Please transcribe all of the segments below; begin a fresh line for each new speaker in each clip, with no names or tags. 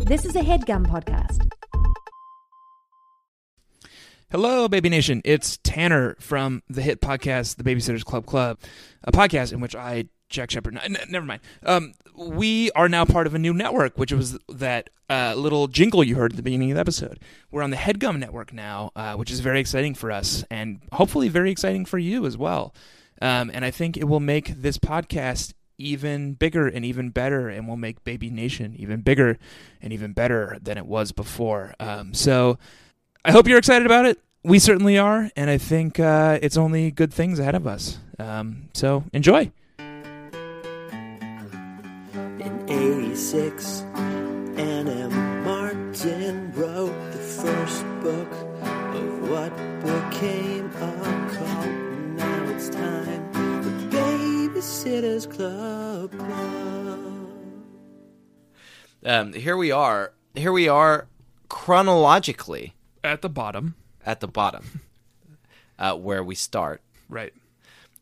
This is a headgum podcast.
Hello, Baby Nation. It's Tanner from the hit podcast, The Babysitters Club Club, a podcast in which I, Jack Shepard, n- n- never mind. Um, we are now part of a new network, which was that uh, little jingle you heard at the beginning of the episode. We're on the Headgum Network now, uh, which is very exciting for us and hopefully very exciting for you as well. Um, and I think it will make this podcast even bigger and even better and will make Baby Nation even bigger and even better than it was before. Um, so. I hope you're excited about it. We certainly are, and I think uh, it's only good things ahead of us. Um, so enjoy.
In 86, Anna Martin wrote the first book of what became a cult. Now it's time for Babysitter's Club. Club.
um, here we are. Here we are chronologically
At the bottom,
at the bottom uh, where we start.
right?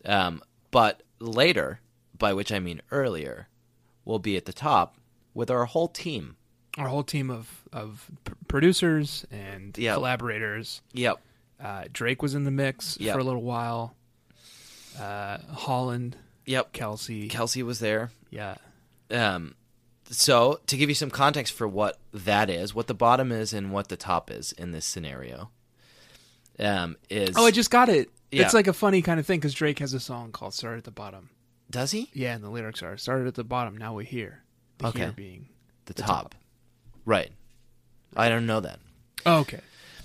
Um, but later, by which I mean earlier, we'll be at the top with our whole team.
Our whole team of of p- producers and
Yeah.
collaborators.
Yep.
Uh, Drake was in the mix
Yeah.
for a little while. Uh, Holland,
Yep.
Kelsey,
Kelsey was there.
yeah,
Um, so, to give you some context for what that is, what the bottom is, and what the top is in this scenario, um, is
Oh, I just got it.
Yeah.
It's like a funny kind of thing because Drake has a song called "Start at the Bottom."
does he
Yeah, and the lyrics are "Started at the bottom, now we hear." The
Okay.
here being
the, top. right? I don't know that.
oh, okay.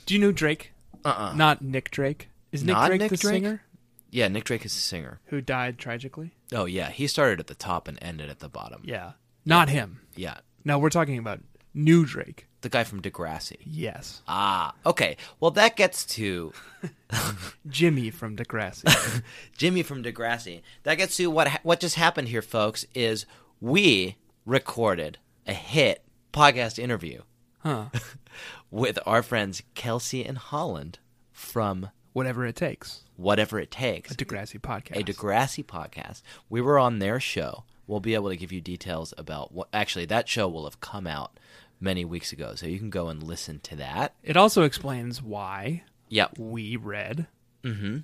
Do you know Drake?
Uh uh
Not Nick Drake. Is Nick
Not
Drake
Nick
the
Drake?
singer
Yeah, Nick Drake is a singer.
who died tragically?
Oh yeah, he started at the top and ended at the bottom.
Yeah. Not him.
Yeah.
No, we're talking about new Drake.
The guy from Degrassi.
Yes.
Ah, okay. Well, that gets to
Jimmy from Degrassi.
Jimmy from Degrassi. That gets to what ha- what just happened here, folks. Is we recorded a hit podcast interview
huh.
with our friends Kelsey and Holland from
Whatever it takes.
Whatever It Takes,
A Degrassi podcast.
a Degrassi podcast. We were on their show. We'll be able to give you details about what. Actually, that show will have come out many weeks ago, so you can go and listen to that.
it also explains why
Yep.
we read a
Mm-hmm.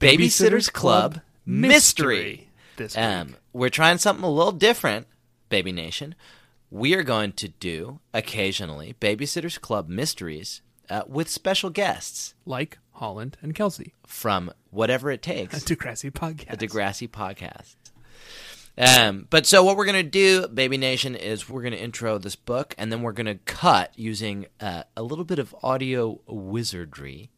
Babysitter's Club Mystery.
this
Um,
week.
we're trying something a little different, Baby Nation. We are going to do occasionally Babysitter's Club Mysteries uh, with special guests
Like Holland and Kelsey.
from whatever it
A
takes,
Degrassi podcast.
the Degrassi podcast. Um, but so what we're gonna do, Baby Nation, is we're gonna intro this book, and then we're gonna cut using uh, a little bit of audio wizardry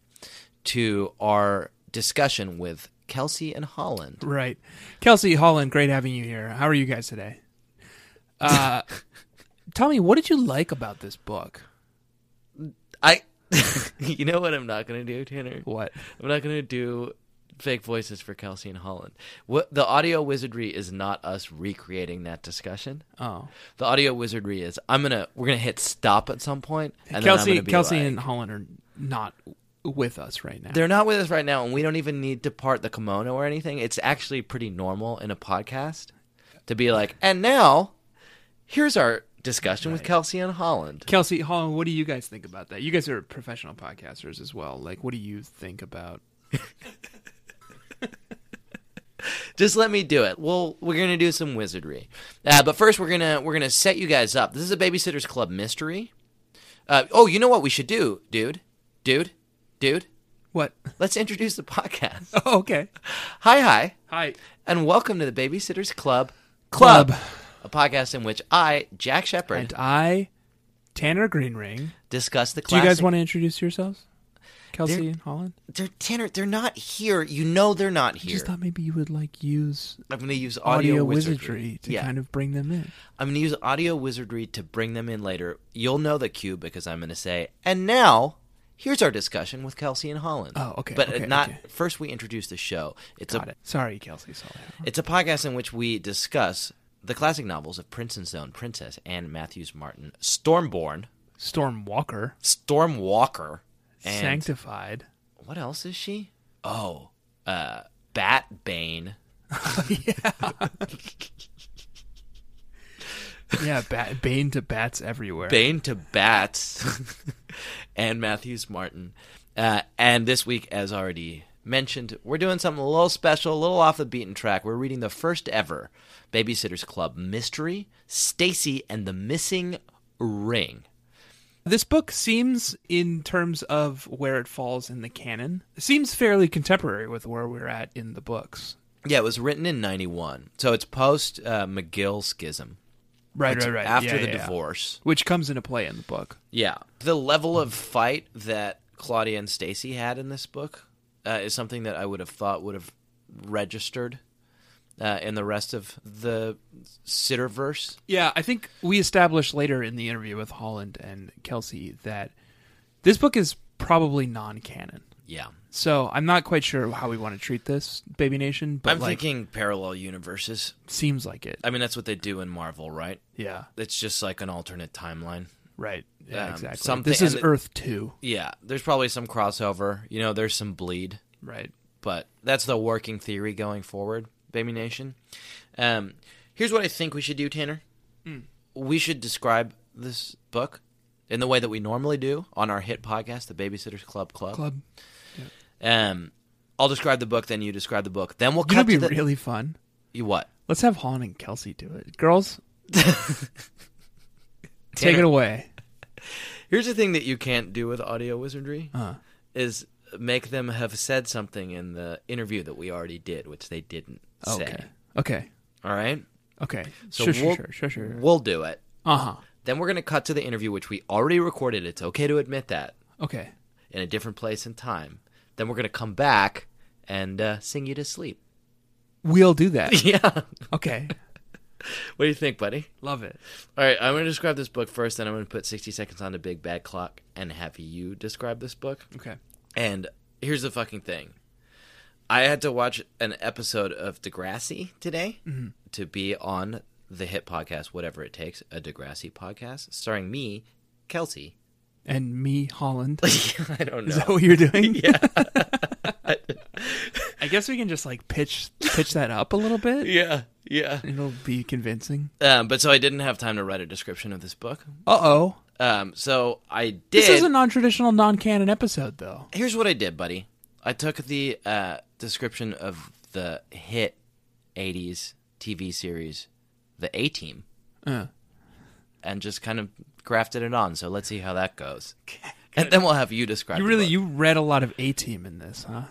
to our discussion with Kelsey and Holland.
Right. Kelsey Holland, great having you here. How are you guys today? Uh, tell me, what did you like about this book?
I, you know what I'm not gonna do, Tanner.
What?
I'm not gonna do fake voices for Kelsey and Holland. What the audio wizardry is not us recreating that discussion.
Oh,
The audio wizardry is I'm gonna we're gonna hit stop at some point, And then I'm
Kelsey,
gonna be
Kelsey,
like-
and Holland are not with us right now.
they're not with us right now, and we don't even need to part the kimono or anything. It's actually pretty normal in a podcast to be like, and now here's our discussion with Kelsey and Holland.
Kelsey Holland, what do you guys think about that? You guys are professional podcasters as well. Like, what do you think about?
just let me do it. Well, we're gonna do some wizardry, uh, but first we're gonna we're gonna set you guys up. This is a Babysitters Club mystery. Uh, oh, you know what we should do, dude, dude, dude.
What?
Let's introduce the podcast.
Oh, okay.
hi, hi,
Hi.
and welcome to the Babysitters Club
Club.
Club, a podcast in which I, Jack
And
Shepard,
I, Tanner Greenring.
discuss the.
Do you
Classic.
guys want to introduce yourselves? Kelsey
They're-
and Holland.
They're Tanner. They're not here. You know they're not
I
here.
just thought maybe you would like use
I'm going to use audio,
audio,
wizardry.
wizardry to
yeah.
kind of bring them in.
I'm going to use audio wizardry to bring them in later. You'll know the cue because I'm going to say, and now here's our discussion with Kelsey and Holland.
Oh, okay,
But
okay,
not
okay.
first. We introduce the show. It's
Got
a
it. Sorry, Kelsey. Sorry.
it's a podcast in which we discuss the classic novels of Princeton's own Princess and Matthews Martin, Stormborn,
Storm Walker,
Storm Walker, and
sanctified.
what else is she? Oh, uh, Bat Bane.
yeah, bat, Bane to bats everywhere.
Bane to Bats, and Matthews Martin. Uh, and this week, as already mentioned, we're doing something a little special, a little off the beaten track. We're reading the first ever Babysitters Club mystery, Stacy and the Missing Ring.
This book seems, in terms of where it falls in the canon, seems fairly contemporary with where we're at in the books.
Yeah, it was written in 91. So it's post uh, McGill schism.
Right,
It's
right, right.
After
Yeah,
the
yeah, yeah.
divorce.
which comes into play in the book.
Yeah. The level of fight that Claudia and Stacy had in this book uh, is something that I would have thought would have registered uh, in the rest of the Sitterverse.
Yeah, I think we established later in the interview with Holland and Kelsey that this book is probably non-canon.
Yeah.
So I'm not quite sure how we want to treat this, Baby Nation, but
I'm
like
thinking parallel universes.
seems like it.
I mean, that's what they do in Marvel, right?
Yeah,
It's just like an alternate timeline.
right. Yeah,
Um,
exactly.
something-
this is
and the-
Earth Two,
Yeah. There's probably some crossover. You know, there's some bleed.
right?
but that's the working theory going forward, Baby Nation. Um, here's what I think we should do, Tanner.
Mm.
We should describe this book in the way that we normally do on our hit podcast, the Babysitters Club Club.
Club.
Um, I'll describe the book, then you describe the book, then we'll
You know,
cut
be
to the
really fun.
you what?
Let's have Holland and Kelsey do it, girls. take
Tanner.
it away.
Here's the thing that you can't do with audio wizardry
Uh,
is make them have said something in the interview that we already did, which they didn't
Oh, okay.
say.
Okay.
All right,
Okay.
so
sure, sure,
we'll-
sure, sure, sure.
we'll do it.
Uh huh.
Then we're going to cut to the interview, which we already recorded. It's okay to admit that
Okay.
in a different place and time. Then we're going to come back and uh, sing you to sleep.
We'll do that.
yeah. What
Okay.
do you think, buddy?
Love it.
All right. I'm going to describe this book first, then I'm going to put 60 seconds on the big bad clock and have you describe this book.
Okay.
And here's the fucking thing I had to watch an episode of Degrassi today to be on the hit podcast, Whatever It Takes, a Degrassi podcast, starring me, Kelsey.
And me, Holland.
I don't know.
Is that what you're doing?
Yeah.
I guess we can just like pitch pitch that up a little bit.
yeah, yeah.
It'll be convincing.
Um, but so I didn't have time to write a description of this book.
Uh oh.
Um, so I did.
This is a non traditional, non canon episode, though.
Here's what I did, buddy. I took the uh, description of the hit '80s TV series, The A Team,
Uh.
and just kind of grafted it on. So let's see how that goes. And then we'll have you describe.
You
the
really
book.
you read a lot of A Team in this, huh?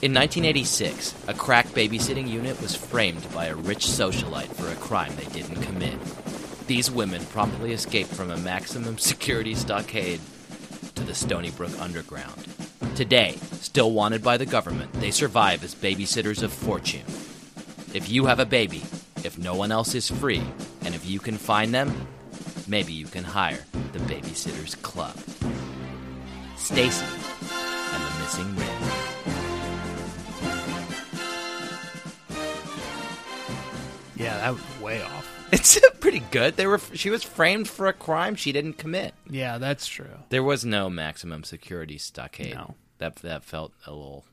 In 1986, a crack babysitting unit was framed by a rich socialite for a crime they didn't commit. These women promptly escaped from a maximum security stockade to the Stony Brook Underground. Today, still wanted by the government, they survive as babysitters of fortune. If you have a baby, if no one else is free, and if you can find them, maybe you can hire the Babysitters Club. Stacy and the Missing Ring.
Yeah, that was way off.
It's pretty good. They were. She was framed for a crime she didn't commit.
Yeah, that's true.
There was no maximum security stockade.
No.
That that felt a little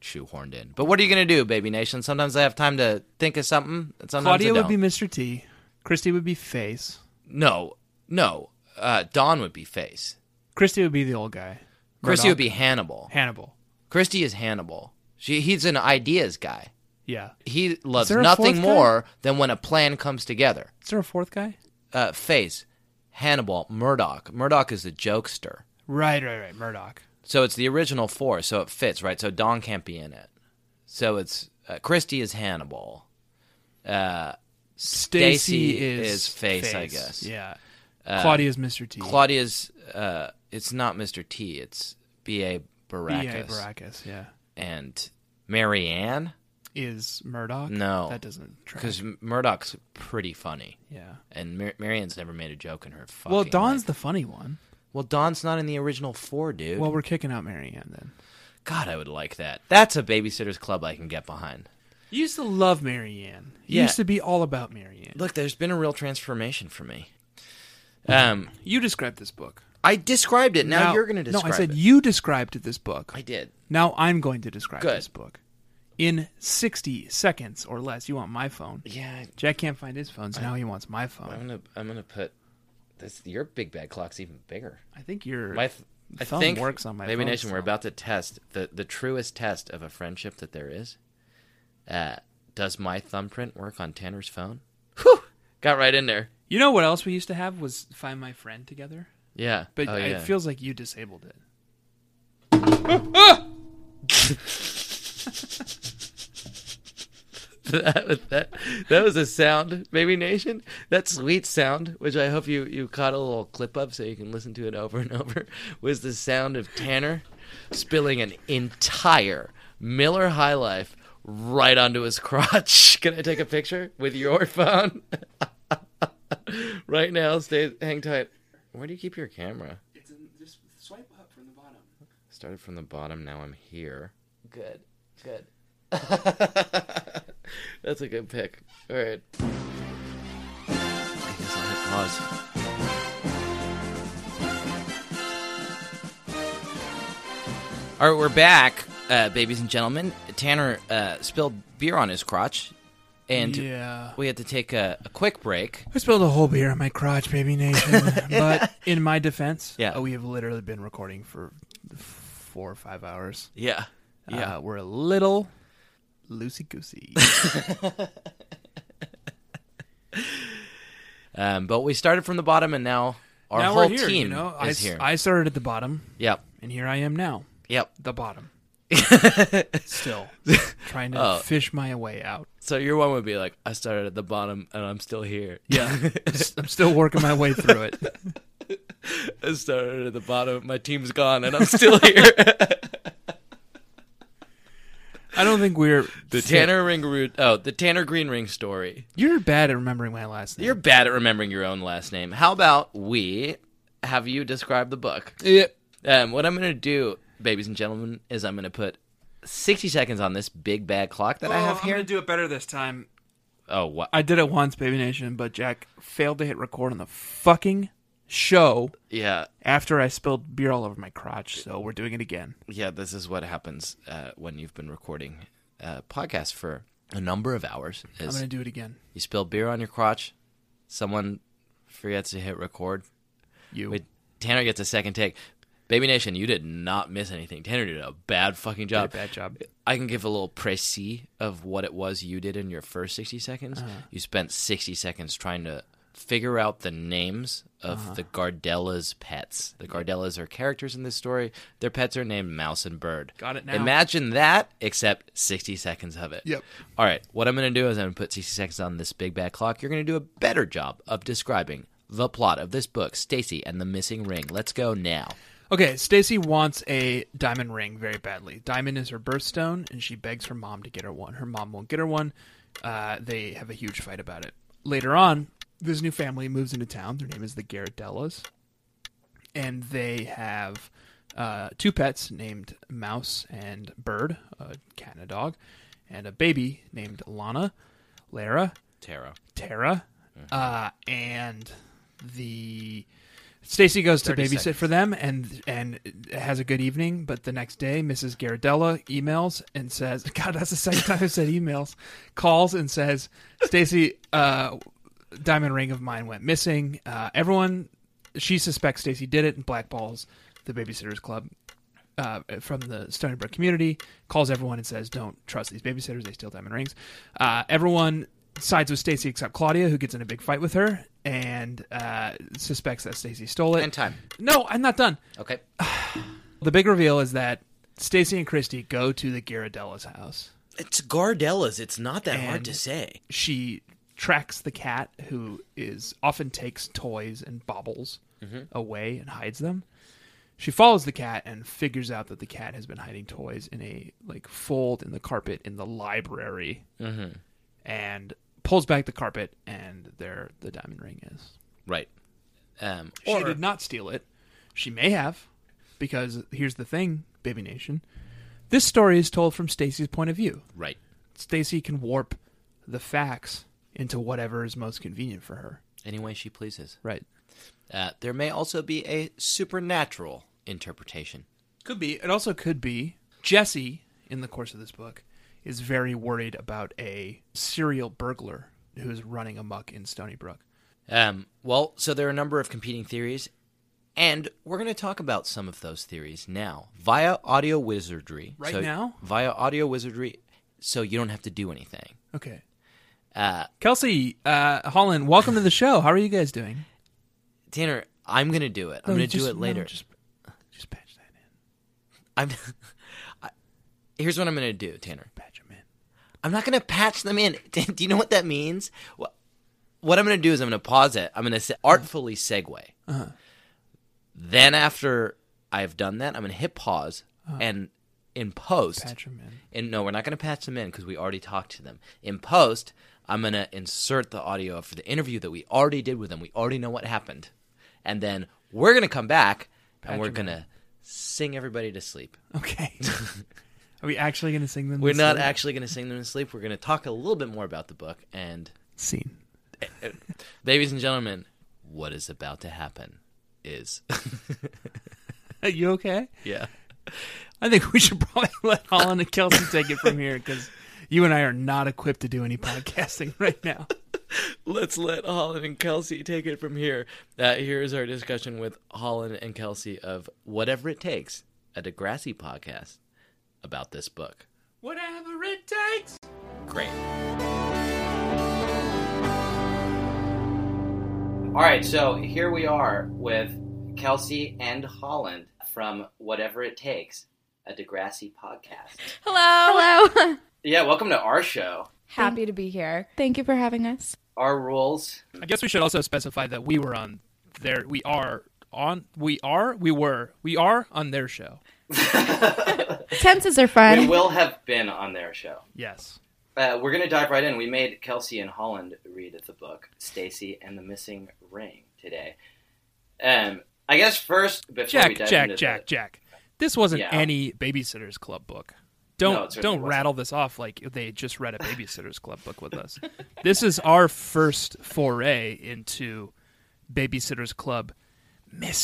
shoehorned in. But what are you gonna do, baby nation? Sometimes I have time to think of something. and Sometimes
Claudia
I
would be
don't.
Mr. T. Christy would be Face.
no, no. Uh, Dawn would be Face.
Christy would be the old guy.
Christy would
Murdoch.
be Hannibal.
Hannibal.
Christy is Hannibal. She he's an ideas guy.
Yeah.
He loves
there a
nothing
fourth guy?
more than when a plan comes together.
Is there a fourth guy?
Uh, face, Hannibal, Murdoch. Murdoch is the jokester.
Right, right, right. Murdoch.
So it's the original four, so it fits, right? So Don can't be in it. So it's uh, Christy is Hannibal. Uh, Stacy
Stacy is,
is Face, I guess.
Yeah. Claudia is Mr. T.
Claudia's. Uh, it's not Mr. T. It's B. A.
B.A.
Baracus
E Baracus, yeah.
and Marianne,
Is Murdoch?
No.
That doesn't track.
because Murdoch's pretty funny,
Yeah.
and Mar- Marianne's never made a joke in her. Fucking
Well, Dawn's
life.
the funny one.
well, Don's not in the original four, dude.
Well, we're kicking out Marianne then.
God, I would like that. That's a Babysitters Club I can get behind.
You used to love Marianne. You
Yeah.
used to be all about Marianne.
Look, there's been a real transformation for me. Um,
You described this book.
I described it. Now, you're going to describe
No, I said
it.
you described this book.
I did.
Now I'm going to describe
Good.
this book. in 60 seconds or less. You want my phone.
Yeah,
Jack can't find his phone, so now he wants my
I'm
phone.
gonna I'm gonna put this. Your big bad clock's even bigger.
I think you're.
My th- I
Thumb
think
works on my
Baby
phone
Nation. We're
still.
about to test the the truest test of a friendship that there is. Uh, does my thumbprint work on Tanner's phone? Whew! Got right in there.
you know what else we used to have was Find My Friend together?
Yeah,
But
Oh, yeah.
it feels like you disabled it.
that, that, that was a sound, Baby Nation. That sweet sound, which I hope you, you caught a little clip of so you can listen to it over and over, was the sound of Tanner spilling an entire Miller High Life right onto his crotch. Can I take a picture with your phone? right now, stay hang tight. Where do you keep your camera?
It's in, just swipe up from the bottom.
Started from the bottom, now I'm here. Good, good. That's a good pick. All right. I guess I'll hit pause. All right, we're back, uh, babies and gentlemen. Tanner uh, spilled beer on his crotch, and
Yeah.
we had to take a, a quick break.
I spilled a whole beer on my crotch, baby nation. but in my defense,
Yeah.
uh, we have literally been recording for four or five hours.
Yeah,
Uh, we're a little loosey goosey.
Um, but we started from the bottom, and now our
now
whole
we're here,
team
you know? I,
is
s-
here.
I started at the bottom,
Yep,
and here I am now,
yep.
the bottom. Still trying to
Oh.
fish my way out.
So your one would be like, I started at the bottom and I'm still here.
Yeah, I'm still working my way through it.
I started at the bottom, my team's gone, and I'm still here.
I don't think we're
the Tanner Ring Root. Oh, the Tanner Green Ring story.
You're bad at remembering my last name.
You're bad at remembering your own last name. How about we have you describe the book?
Yep.
Um, what I'm going to do, babies and gentlemen, is I'm going to put 60 seconds on this big bad clock that I have here.
do it better this time.
Oh, what?
I did it once, Baby Nation, but Jack failed to hit record on the fucking show
Yeah,
after I spilled beer all over my crotch. So we're doing it again.
yeah, this is what happens uh, when you've been recording uh, podcasts for a number of hours.
I'm
is-
gonna do it again.
You spill beer on your crotch. Someone forgets to hit record.
You.
Wait, Tanner gets a second take. Baby Nation, you did not miss anything. Tanner did a bad fucking job.
bad job.
I can give a little précis of what it was you did in your first 60 seconds.
Uh-huh.
You spent 60 seconds trying to figure out the names of
Uh-huh.
the Gardella's pets. The Gardellas are characters in this story. Their pets are named Mouse and Bird.
Got it now.
Imagine that, except 60 seconds of it.
Yep.
All right, what I'm going to do is I'm going to put 60 seconds on this big bad clock. You're going to do a better job of describing the plot of this book, Stacy and the Missing Ring. Let's go now.
Okay, Stacy wants a diamond ring very badly. Diamond is her birthstone, and she begs her mom to get her one. Her mom won't get her one. Uh, they have a huge fight about it. Later on, this new family moves into town. Their name is the Gardellas, and they have uh, two pets named Mouse and Bird, a cat and a dog, and a baby named Lana, Lara,
Tara.
Tara, uh, and the Stacy goes to
30
babysit
seconds.
for them and and has a good evening. But the next day, Mrs. Garadella emails and says, "God, that's the second time I said emails." Calls and says, "Stacy, uh, diamond ring of mine went missing. Uh, everyone, she suspects Stacy did it and blackballs the babysitters club." uh, from the Stony Brook community calls everyone and says, "Don't trust these babysitters; they steal diamond rings." Uh, everyone sides with Stacy except Claudia, who gets in a big fight with her and uh, suspects that Stacy stole it.
And time.
No, I'm not done.
Okay.
The big reveal is that Stacy and Christy go to the Ghirardella's house.
It's Gardella's. It's not that hard
And-
to say.
She tracks the cat, who is often takes toys and baubles away and hides them. She follows the cat and figures out that the cat has been hiding toys in a like fold in the carpet in the library, and pulls back the carpet, and there the diamond ring is.
Right. Um,
she did not steal it. She may have, because here's the thing, Baby Nation. This story is told from Stacy's point of view.
Right.
Stacy can warp the facts into whatever is most convenient for her.
Any way she pleases.
Right.
Uh, there may also be a supernatural interpretation.
Could be. It also could be Jesse, in the course of this book, is very worried about a serial burglar who is running amok in Stony Brook.
Um, well, so there are a number of competing theories, and we're going to talk about some of those theories now via audio wizardry.
Right
So-
now?
Via audio wizardry, so you don't have to do anything.
Okay.
Uh,
Kelsey, uh, Holland, welcome to the show. How are you guys doing?
Tanner, I'm going to do it. I'm
No,
going to
just-
do it
no,
later.
just, just patch that in.
I'm. I- Here's what I'm going to do, Tanner.
Patch him in.
I'm not going to patch them in. Do you know what that means? What, what I'm going to do is I'm going to pause it. I'm going to se-
Uh-huh.
artfully segue. Then after I've done that, I'm going to hit pause and in post.
Uh-huh. Patch him in.
And no, we're not going to patch them in because we already talked to them. In post, I'm going to insert the audio for the interview that we already did with them. We already know what happened. And then we're going to come back and we're
'em in.
going to sing everybody to sleep.
Okay. Are we actually going to sing them?
We're
this
not
later?
actually going to sing them to sleep. We're going to talk a little bit more about the book. And,
Scene.
ladies and gentlemen, what is about to happen is.
Are you okay?
yeah.
I think we should probably let Holland and Kelsey take it from here because you and I are not equipped to do any podcasting right now.
Let's let Holland and Kelsey take it from here. Uh, here is our discussion with Holland and Kelsey of Whatever It Takes, a Degrassi podcast about this book.
Whatever it takes.
Great. All right, so here we are with Kelsey and Holland from Whatever It Takes, a Degrassi podcast.
Hello. Hello.
Yeah, welcome to our show.
Happy to be here.
Thank you for having us.
Our rules.
I guess we should also specify that we were on their. We are on. We are. We were. We are on their show.
Tenses are
We
fun.
will have been on their show.
Yes.
Uh, we're going to dive right in. We made Kelsey and Holland read the book Stacy and the Missing Ring today. Um, I guess first before we
Jack.
dive
Jack.
into
Jack.
the,
Jack. This wasn't
Yeah.
any Babysitters Club book.
No, it
Don't
certainly
don't
wasn't.
rattle this off like they just read a Babysitters Club book with us. This is our first foray into Babysitters Club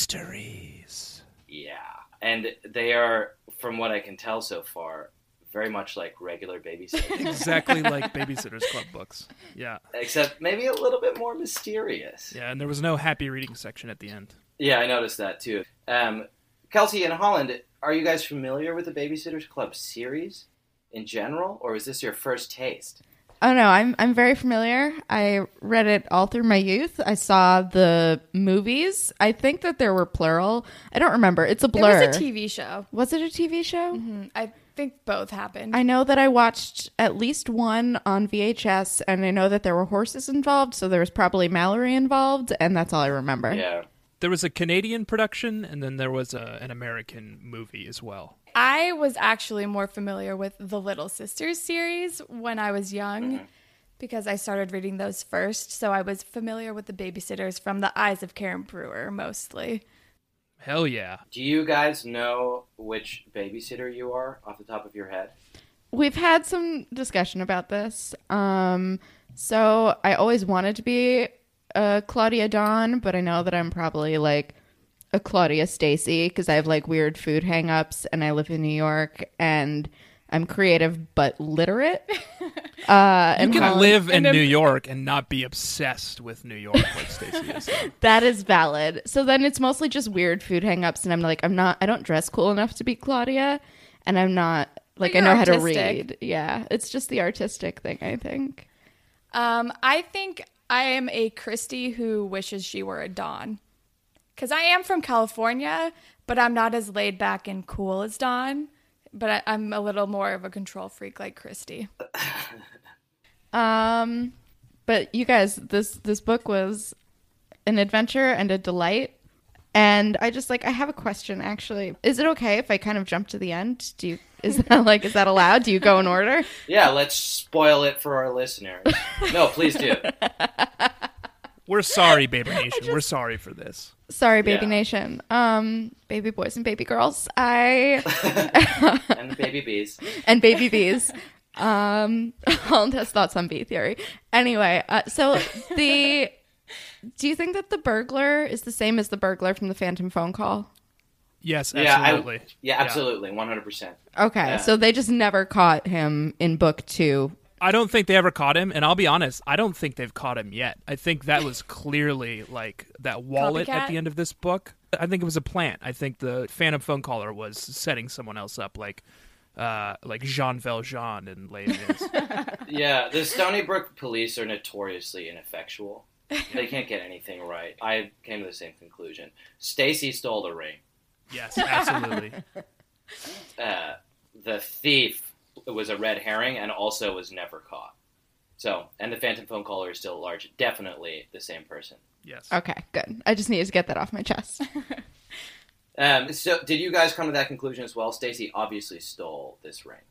mysteries.
yeah, and they are, from what I can tell so far, very much like regular babysitting,
Exactly like Babysitters Club books. Yeah.
except maybe a little bit more mysterious.
Yeah, and there was no happy reading section at the end.
Yeah, I noticed that too. Um, Kelsey and Holland, are you guys familiar with the Babysitters Club series in general, or is this your first taste?
Oh no, I'm I'm very familiar. I read it all through my youth. I saw the movies. I think that there were plural. I don't remember. It's a
It
blur.
was a TV show. Mm-hmm.
Was it a TV show?
I think both happened.
I know that I watched at least one on VHS, and I know that there were horses involved, so there was probably Mallory involved, and that's all I remember.
Yeah.
There was a Canadian production, and then there was a, an American movie as well.
I was actually more familiar with the Little Sisters series when I was young because I started reading those first. So I was familiar with the babysitters from the eyes of Karen Brewer mostly.
Hell yeah.
Do you guys know which babysitter you are off the top of your head?
We've had some discussion about this. Um, so I always wanted to be a Claudia Dawn, but I know that I'm probably like a Claudia Stacy because I have like weird food hangups and I live in New York and I'm creative but literate. Uh,
You
and
can
Holland-
live in New York and not be obsessed with New York like Stacey is.
that is valid. So then it's mostly just weird food hangups, and I'm like, I'm not, I don't dress cool enough to be Claudia, and I'm not like I
you're
know how to
artistic.
read. Yeah, it's just the artistic thing, I think.
Um, I think I am a Christie who wishes she were a Dawn because I am from California, but I'm not as laid back and cool as Dawn. But I, I'm a little more of a control freak like Christie.
Um, but you guys, this this book was an adventure and a delight. And I just like I have a question actually. Is it okay if I kind of jump to the end? Do you is that like is that allowed? Do you go in order?
Yeah, let's spoil it for our listeners. No, please do.
We're sorry, Baby Nation. We're sorry for this.
Sorry, baby
Yeah.
nation. Um, baby boys and baby girls. I
And the baby bees.
and baby bees. Um, Holland has thoughts on bee theory. Anyway, uh, so the do you think that the burglar is the same as the burglar from the phantom phone call?
Yes,
Yeah, I-
absolutely.
Yeah, absolutely, one hundred percent.
Okay,
Yeah.
so they just never caught him in book two.
I don't think they ever caught him, and I'll be honest, I don't think they've caught him yet. I think that was clearly like that wallet at
Copycat?
the end of this book. I think it was a plant. I think the phantom phone caller was setting someone else up, like, uh, like Jean Valjean and Les Mis.
Yeah, the Stony Brook police are notoriously ineffectual. They can't get anything right. I came to the same conclusion. Stacy stole the ring.
yes, absolutely.
Uh, the thief was a red herring and also was never caught. So, and the phantom phone caller is still at large. Definitely the same person.
Yes.
Okay, good. I just needed to get that off my chest.
Um, so, did you guys come to that conclusion as well? Stacy obviously stole this ring.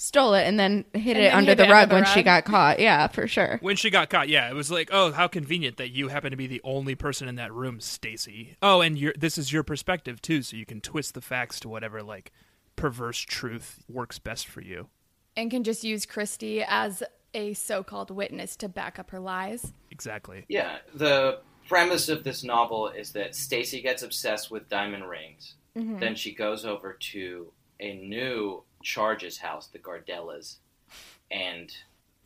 Stole it and then hid
And
it
then
under
hid
the
it under
rug
the
when she
rug.
got caught. Yeah, for sure.
When she got caught, yeah, it was like, oh, how convenient that you happen to be the only person in that room, Stacy. Oh, and your this is your perspective too, so you can twist the facts to whatever like perverse truth works best for you.
and can just use Christy as a so-called witness to back up her lies.
Exactly.
Yeah, Uh, the premise of this novel is that Stacy gets obsessed with diamond rings. Then she goes over to a new Charges house, the Gardellas, and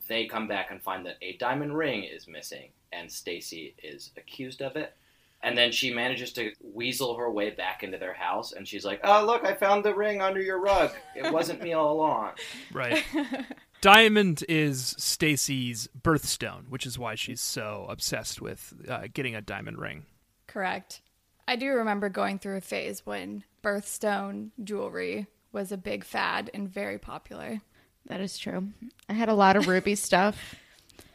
they come back and find that a diamond ring is missing, and Stacy is accused of it. And then she manages to weasel her way back into their house, and she's like, "Oh, look! I found the ring under your rug. It wasn't me all along."
Right. Diamond is Stacy's birthstone, which is why she's so obsessed with uh, getting a diamond ring.
Correct. I do remember going through a phase when birthstone jewelry was a big fad and very popular.
That is true. I had a lot of ruby stuff.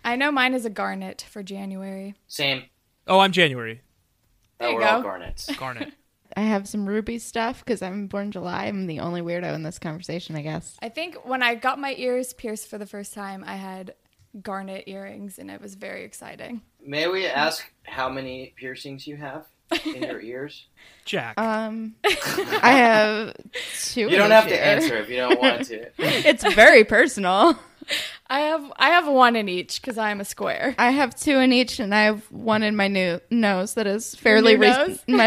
I know mine is a garnet for January.
Same.
Oh, I'm January
There
oh,
you
we're all
go.
garnets.
Garnet.
I have some ruby stuff because I'm born July. I'm the only weirdo in this conversation, I guess.
I think when I got my ears pierced for the first time, I had garnet earrings and it was very exciting.
May we ask how many piercings you have in your ears?
Jack.
Uh,
Um, I have two.
You don't
this
have
year.
to answer if you don't want to.
It's very personal.
I have I have one in each because I am a square.
I have two in each, and I have one in my new nose that is fairly
new
recent.
nose?
My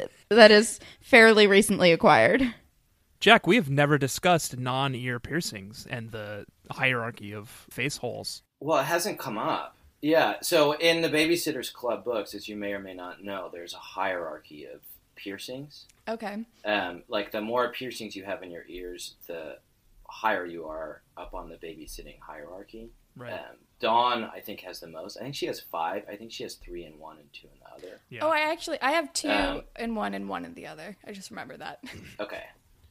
Ooh.
that is fairly recently acquired.
Jack, we have never discussed non-ear piercings and the hierarchy of face holes.
Well, it hasn't come up. Yeah, so in the Babysitters Club books, as you may or may not know, there's a hierarchy of piercings.
Okay.
Um, like, the more piercings you have in your ears, the higher you are up on the babysitting hierarchy. Um, Dawn, I think, has the most. I think she has five. I think she has three in one and two in the other.
Yeah.
Oh, I actually I have two
Um,
in one and one in the other. I just remember that.
Okay.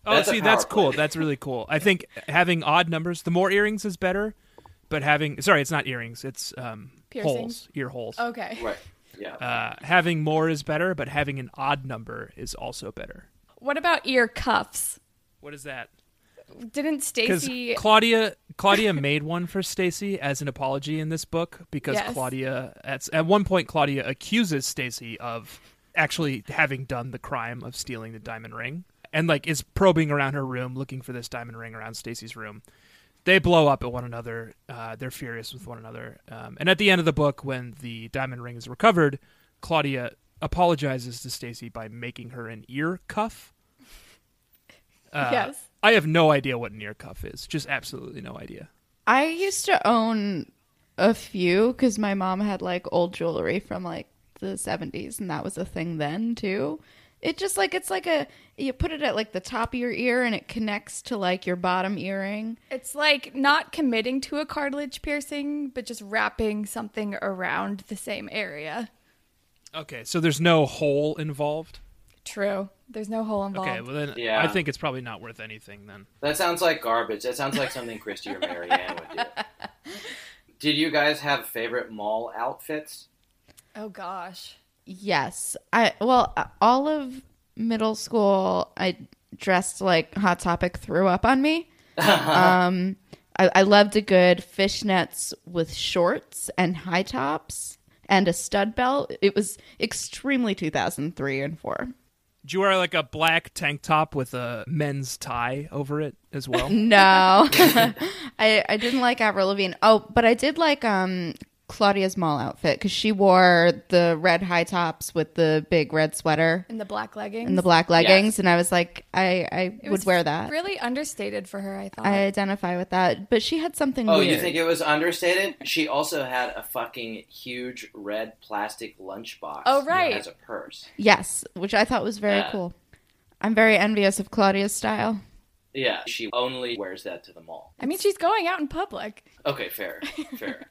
Oh,
That's a
see, that's
power play.
cool. That's really cool. I think having odd numbers, the more earrings is better. But having sorry, it's not earrings. It's um,
Piercings.
holes, ear holes.
Oh.
Okay.
Right. Yeah.
Uh, having more is better, but having an odd number is also better.
What about ear cuffs?
What is that?
Didn't
Because
Stacy
Claudia Claudia made one for Stacy as an apology in this book because
Yes.
Claudia at at one point Claudia accuses Stacy of actually having done the crime of stealing the diamond ring and like is probing around her room looking for this diamond ring around Stacy's room. They blow up at one another. Uh, they're furious with one another. Um, and at the end of the book, when the diamond ring is recovered, Claudia apologizes to Stacy by making her an ear cuff. Uh,
Yes.
I have no idea what an ear cuff is. Just absolutely no idea.
I used to own a few because my mom had like old jewelry from like the 70s, and that was a thing then too. It just like it's like a you put it at like the top of your ear and it connects to like your bottom earring.
It's like not committing to a cartilage piercing, but just wrapping something around the same area.
Okay, so there's no hole involved.
True. There's no hole involved.
Okay, well then
Yeah.
I think it's probably not worth anything then.
That sounds like garbage. That sounds like something Christy or Marianne would do. Did you guys have favorite mall outfits?
oh gosh.
Yes. I well, uh, all of middle school I dressed like Hot Topic threw up on me. um I, I loved a good fishnets with shorts and high tops and a stud belt. It was extremely 2003 and 4.
Do you wear like a black tank top with a men's tie over it as well?
No. I I didn't like Avril Lavigne. Oh, but I did like um Claudia's mall outfit because she wore the red high tops with the big red sweater
in the black leggings.
and the black leggings, and I was like, I I
It
would
was
wear that.
Really understated for her, I thought.
I identify with that, but she had something.
Oh,
weird.
you think it was understated? She also had a fucking huge red plastic lunchbox.
Oh, right.
As a purse.
Yes, which I thought was very
Yeah.
cool. I'm very envious of Claudia's style.
Yeah, she only wears that to the mall.
I mean, she's going out in public.
Okay, fair, fair.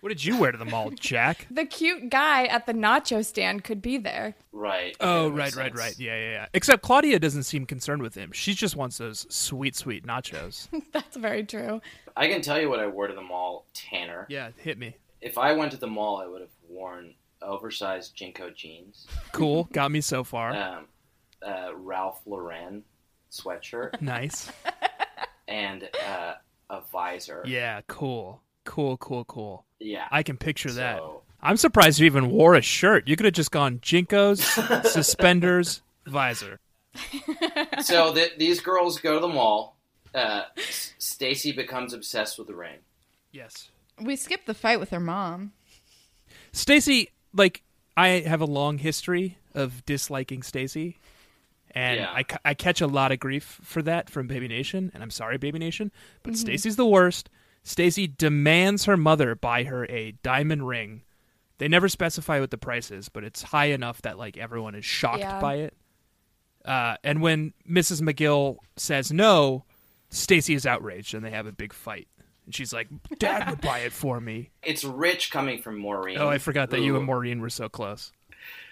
What did you wear to the mall, Jack?
The cute guy at the nacho stand could be there.
Right.
Oh,
okay,
right,
makes
right,
sense.
right. Yeah, yeah, yeah. Except Claudia doesn't seem concerned with him. She just wants those sweet, sweet nachos.
That's very true.
I can tell you what I wore to the mall, Tanner.
yeah, hit me.
If I went to the mall, I would have worn oversized Jinko jeans,
Cool. Got me so far.
um, uh, Ralph Lauren sweatshirt,
Nice.
and uh, a visor.
Yeah, cool. Cool, cool, cool.
Yeah.
I can picture that.
So-
I'm surprised you even wore a shirt. You could have just gone jinkos, suspenders, visor.
so th- these girls go to the mall. Uh, S- Stacy becomes obsessed with the ring.
Yes.
We skipped the fight with her mom.
Stacy, like I have a long history of disliking Stacy, and
Yeah.
I, ca- I catch a lot of grief for that from Baby Nation, and I'm sorry, Baby Nation, but Stacy's the worst. Stacy demands her mother buy her a diamond ring. They never specify what the price is, but it's high enough that like everyone is shocked
Yeah.
by it. Uh, and when Mrs. McGill says no, Stacy is outraged, and they have a big fight. And she's like, "Dad would buy it for me."
It's rich coming from Maureen.
Oh, I forgot that
who-
you and Maureen were so close.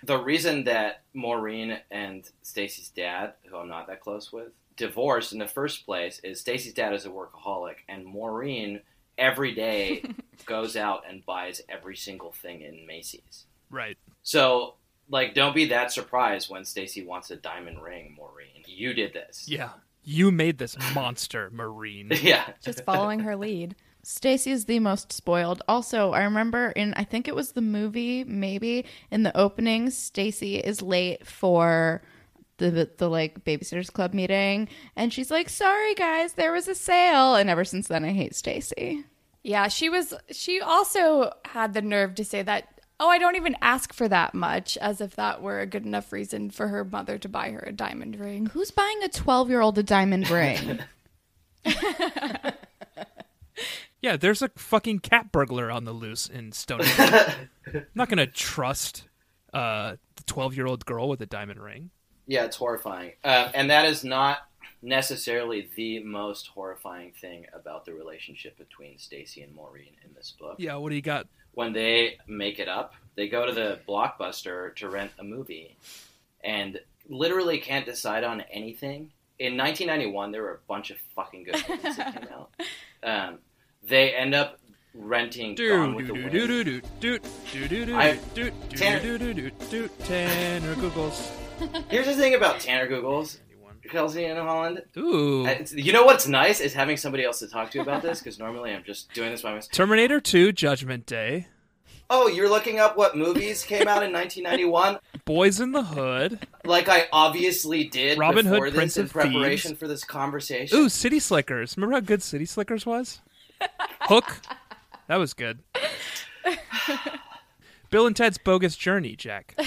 The reason that Maureen and Stacy's dad, who I'm not that close with, divorced in the first place is Stacy's dad is a workaholic, and Maureen every day goes out and buys every single thing in Macy's.
Right.
So, like, don't be that surprised when Stacy wants a diamond ring, Maureen. You did this.
Yeah. You made this monster, Marine.
Yeah.
Just following her lead.
Stacy is the most spoiled. Also, I remember in I think it was the movie, maybe in the opening, Stacy is late for the, the like babysitters club meeting, and she's like, "Sorry guys, there was a sale." And ever since then, I hate Stacy.
Yeah, she was. She also had the nerve to say that. Oh, I don't even ask for that much, as if that were a good enough reason for her mother to buy her a diamond ring.
Who's buying a twelve-year-old a diamond ring?
Yeah, there's a fucking cat burglar on the loose in Stony Island. I'm not going to trust uh, the 12 year old girl with a diamond ring.
Yeah, it's horrifying. Uh, and that is not necessarily the most horrifying thing about the relationship between Stacy and Maureen in this book.
Yeah, what do you got?
when they make it up, they go to the blockbuster to rent a movie and literally can't decide on anything. In 1991, there were a bunch of fucking good movies that came out. Um, they end up renting Gone with the Wind.
do do do do
I-
do
Tanner-
do do do Tanner Googles.
Here's the thing about Tanner Googles, Kelsey and Holland.
Ooh.
Uh, it's- You know what's nice is having somebody else to talk to about this because normally I'm just doing this by myself.
Terminator 2 Judgment Day.
Oh, you're looking up what movies came out in 1991?
Boys in the Hood.
Like I obviously did
Robin Hood,
before this
Prince
in
of
preparation
Thieves.
for this conversation.
Ooh, City Slickers. Remember how good City Slickers was? Hook. That was good. Bill and Ted's Bogus Journey, Jack.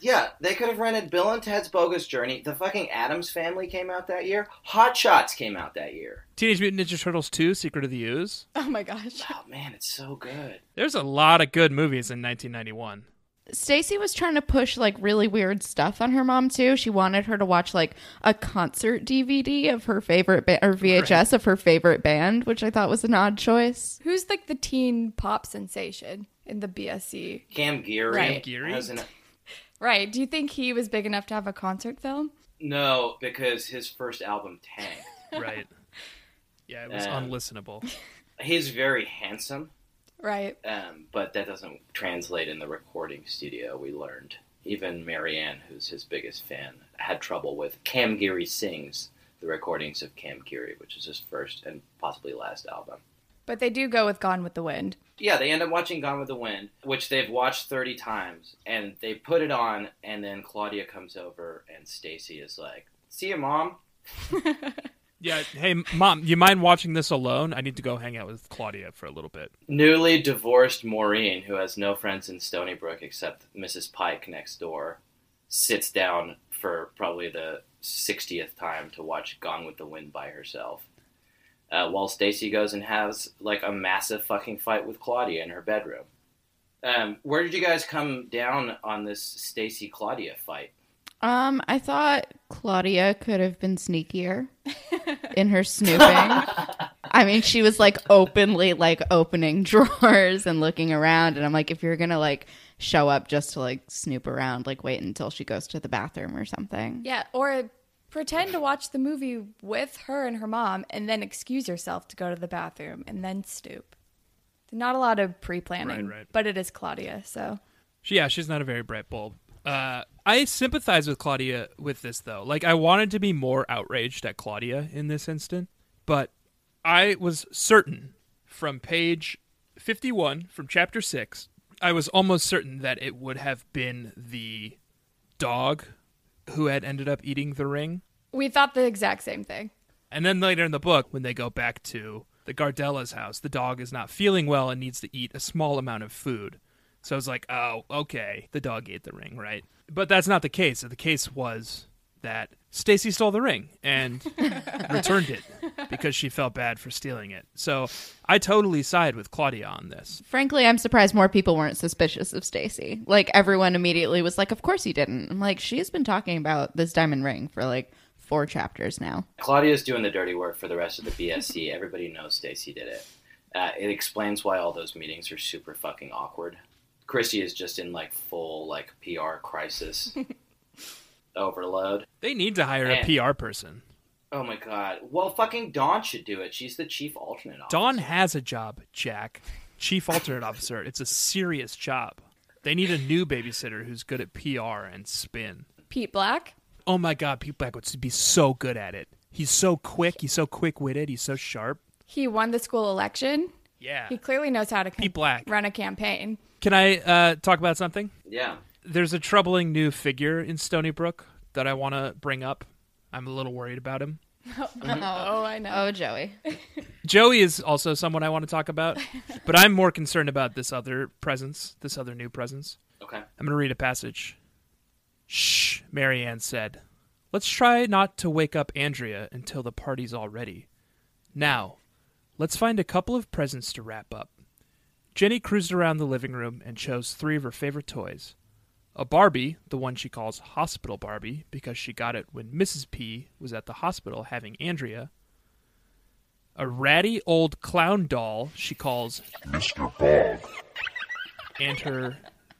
Yeah, they could have rented Bill and Ted's Bogus Journey. The fucking Adams Family came out that year. Hot Shots came out that year.
Teenage Mutant Ninja Turtles 2, Secret of the Ooze.
Oh my gosh.
Oh man, it's so good.
There's a lot of good movies in 1991.
Stacy was trying to push like really weird stuff on her mom too. She wanted her to watch like a concert DVD of her favorite ba- or VHS of her favorite band, which I thought was an odd choice.
Who's like the teen pop sensation in the BSC?
Cam Geary.
Cam
Geary?
has an-
Right. Do you think he was big enough to have a concert film?
no, because his first album tanked.
Right. Yeah, it was
Um,
unlistenable.
He's very handsome,
Right.
um, but that doesn't translate in the recording studio. We learned. Even Marianne, who's his biggest fan, had trouble with Cam Geary sings the recordings of Cam Geary, which is his first and possibly last album.
But they do go with Gone with the Wind.
Yeah, they end up watching Gone with the Wind, which they've watched 30 times, and they put it on, and then Claudia comes over, and Stacy is like, See ya, mom.
Yeah. Hey, mom, you mind watching this alone? I need to go hang out with Claudia for a little bit.
Newly divorced Maureen, who has no friends in Stony Brook except Mrs. Pike next door, sits down for probably the 60th time to watch Gone with the Wind by herself. Uh, while Stacy goes and has like a massive fucking fight with Claudia in her bedroom. Um, where did you guys come down on this Stacy Claudia fight?
Um, I thought Claudia could have been sneakier in her snooping. I mean, she was like openly like opening drawers and looking around, and I'm like, if you're gonna like show up just to like snoop around, like wait until she goes to the bathroom or something.
Yeah, or pretend to watch the movie with her and her mom and then excuse yourself to go to the bathroom and then stoop. Not a lot of pre planning,
Right, right.
but it is Claudia, so.
She, yeah, she's not a very bright bulb. Uh, I sympathize with Claudia with this though. Like, I wanted to be more outraged at Claudia in this instant, but I was certain from page fifty-one from chapter six. I was almost certain that it would have been the dog who had ended up eating the ring.
We thought the exact same thing.
And then later in the book, when they go back to the Gardella's house, the dog is not feeling well and needs to eat a small amount of food. So it's like, oh, okay, the dog ate the ring, right? But that's not the case. The case was that Stacy stole the ring and returned it because she felt bad for stealing it. So I totally side with Claudia on this.
Frankly, I'm surprised more people weren't suspicious of Stacy. Like everyone immediately was like, "Of course he didn't." I'm like, she's been talking about this diamond ring for like four chapters now.
Claudia's doing the dirty work for the rest of the BSC. Everybody knows Stacy did it. Uh, it explains why all those meetings are super fucking awkward. Chrissy is just in like full like PR crisis overload.
They need to hire a
Man.
PR person.
Oh my god. Well, fucking Dawn should do it. She's the chief alternate. Officer.
Dawn has a job, Jack. Chief alternate officer. It's a serious job. They need a new babysitter who's good at PR and spin.
Pete Black?
Oh my god, Pete Black would be so good at it. He's so quick, he's so quick witted, he's so sharp.
He won the school election.
Yeah.
He clearly knows how to com-
Pete Black.
run a campaign.
Can I uh, talk about something?
Yeah.
There's a troubling new figure in Stony Brook that I want to bring up. I'm a little worried about him.
Oh, I know.
Oh, Joey.
Joey is also someone I want to talk about, but I'm more concerned about this other presence, this other new presence.
Okay.
I'm going to read a passage. Shh, Marianne said. Let's try not to wake up Andrea until the party's all ready. Now, let's find a couple of presents to wrap up. Jenny cruised around the living room and chose three of her favorite toys a Barbie, the one she calls Hospital Barbie because she got it when Mrs. P was at the hospital having Andrea, a ratty old clown doll she calls and her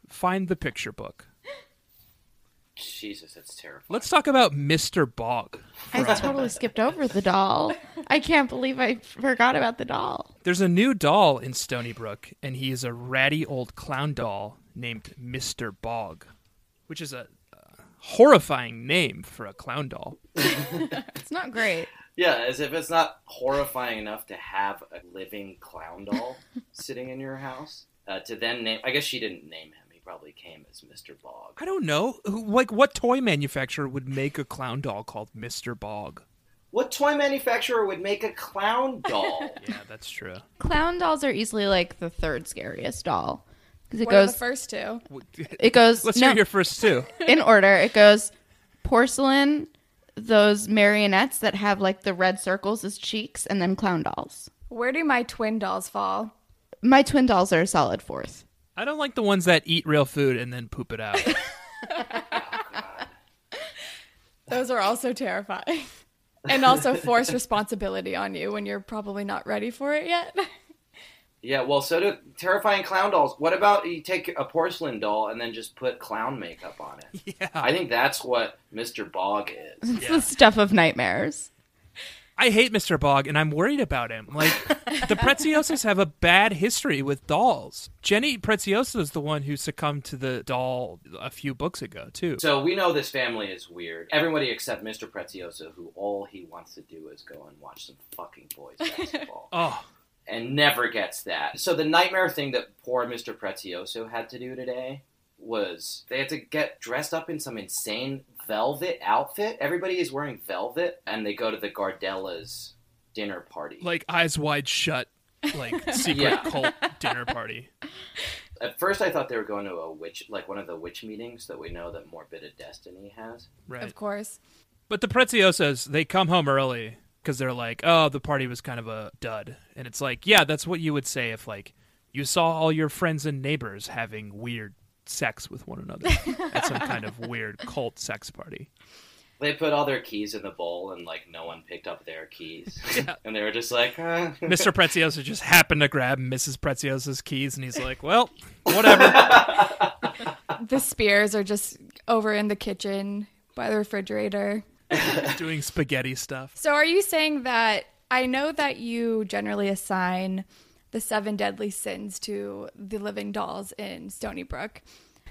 Find the Picture book.
Jesus, that's terrible.
Let's talk about Mr. Bog.
I totally skipped over the doll. I can't believe I forgot about the doll.
There's a new doll in Stony Brook, and he is a ratty old clown doll named Mr. Bog, which is a uh, horrifying name for a clown doll.
It's not great.
Yeah, as if it's not horrifying enough to have a living clown doll sitting in your house. Uh, to then name, I guess she didn't name him. He probably came as Mr. Bog.
I don't know. Who- Like, what toy manufacturer would make a clown doll called Mr. Bog?
What toy manufacturer would make a clown doll?
Yeah, that's true.
Clown dolls are easily like the third scariest doll because it
What are the
goes.
first two?
It goes.
Let's
no,
hear your first two.
in order. It goes porcelain, those marionettes that have like the red circles as cheeks, and then clown dolls.
Where do my twin dolls fall?
My twin dolls are a solid fourth.
I don't like the ones that eat real food and then poop it out.
Those are also terrifying. And also force responsibility on you when you're probably not ready for it yet.
yeah, well, so do terrifying clown dolls. What about you take a porcelain doll and then just put clown makeup on it? Yeah. I think that's what Mr. Bog is.
It's the stuff of nightmares.
I hate Mr. Bog and I'm worried about him. Like the Preziosos have a bad history with dolls. Jenny Prezioso is the one who succumbed to the doll a few books ago too.
so we know this family is weird. Everybody except Mr. Prezioso, who all he wants to do is go and watch some fucking boys basketball.
Oh,
and never gets that. So the nightmare thing that poor Mr. Prezioso had to do today was they had to get dressed up in some insane velvet outfit. Everybody is wearing velvet, and they go to the Gardella's dinner party.
like eyes wide shut, like secret
Yeah.
cult dinner party.
At first, I thought they were going to a witch, like one of the witch meetings that we know that Morbid of Destiny has.
Right.
Of course.
But the Preziosos, they come home early because they're like, oh, the party was kind of a dud. And it's like, yeah, that's what you would say if, like, you saw all your friends and neighbors having weird sex with one another at some kind of weird cult sex party.
They put all their keys in the bowl, and like no one picked up their keys, and they were just like, huh.
Mr. Prezioso just happened to grab Mrs. Prezioso's keys and he's like, well, whatever.
The spears are just over in the kitchen by the refrigerator.
Doing spaghetti stuff.
So are you saying that I know that you generally assign the seven deadly sins to the living dolls in Stony Brook?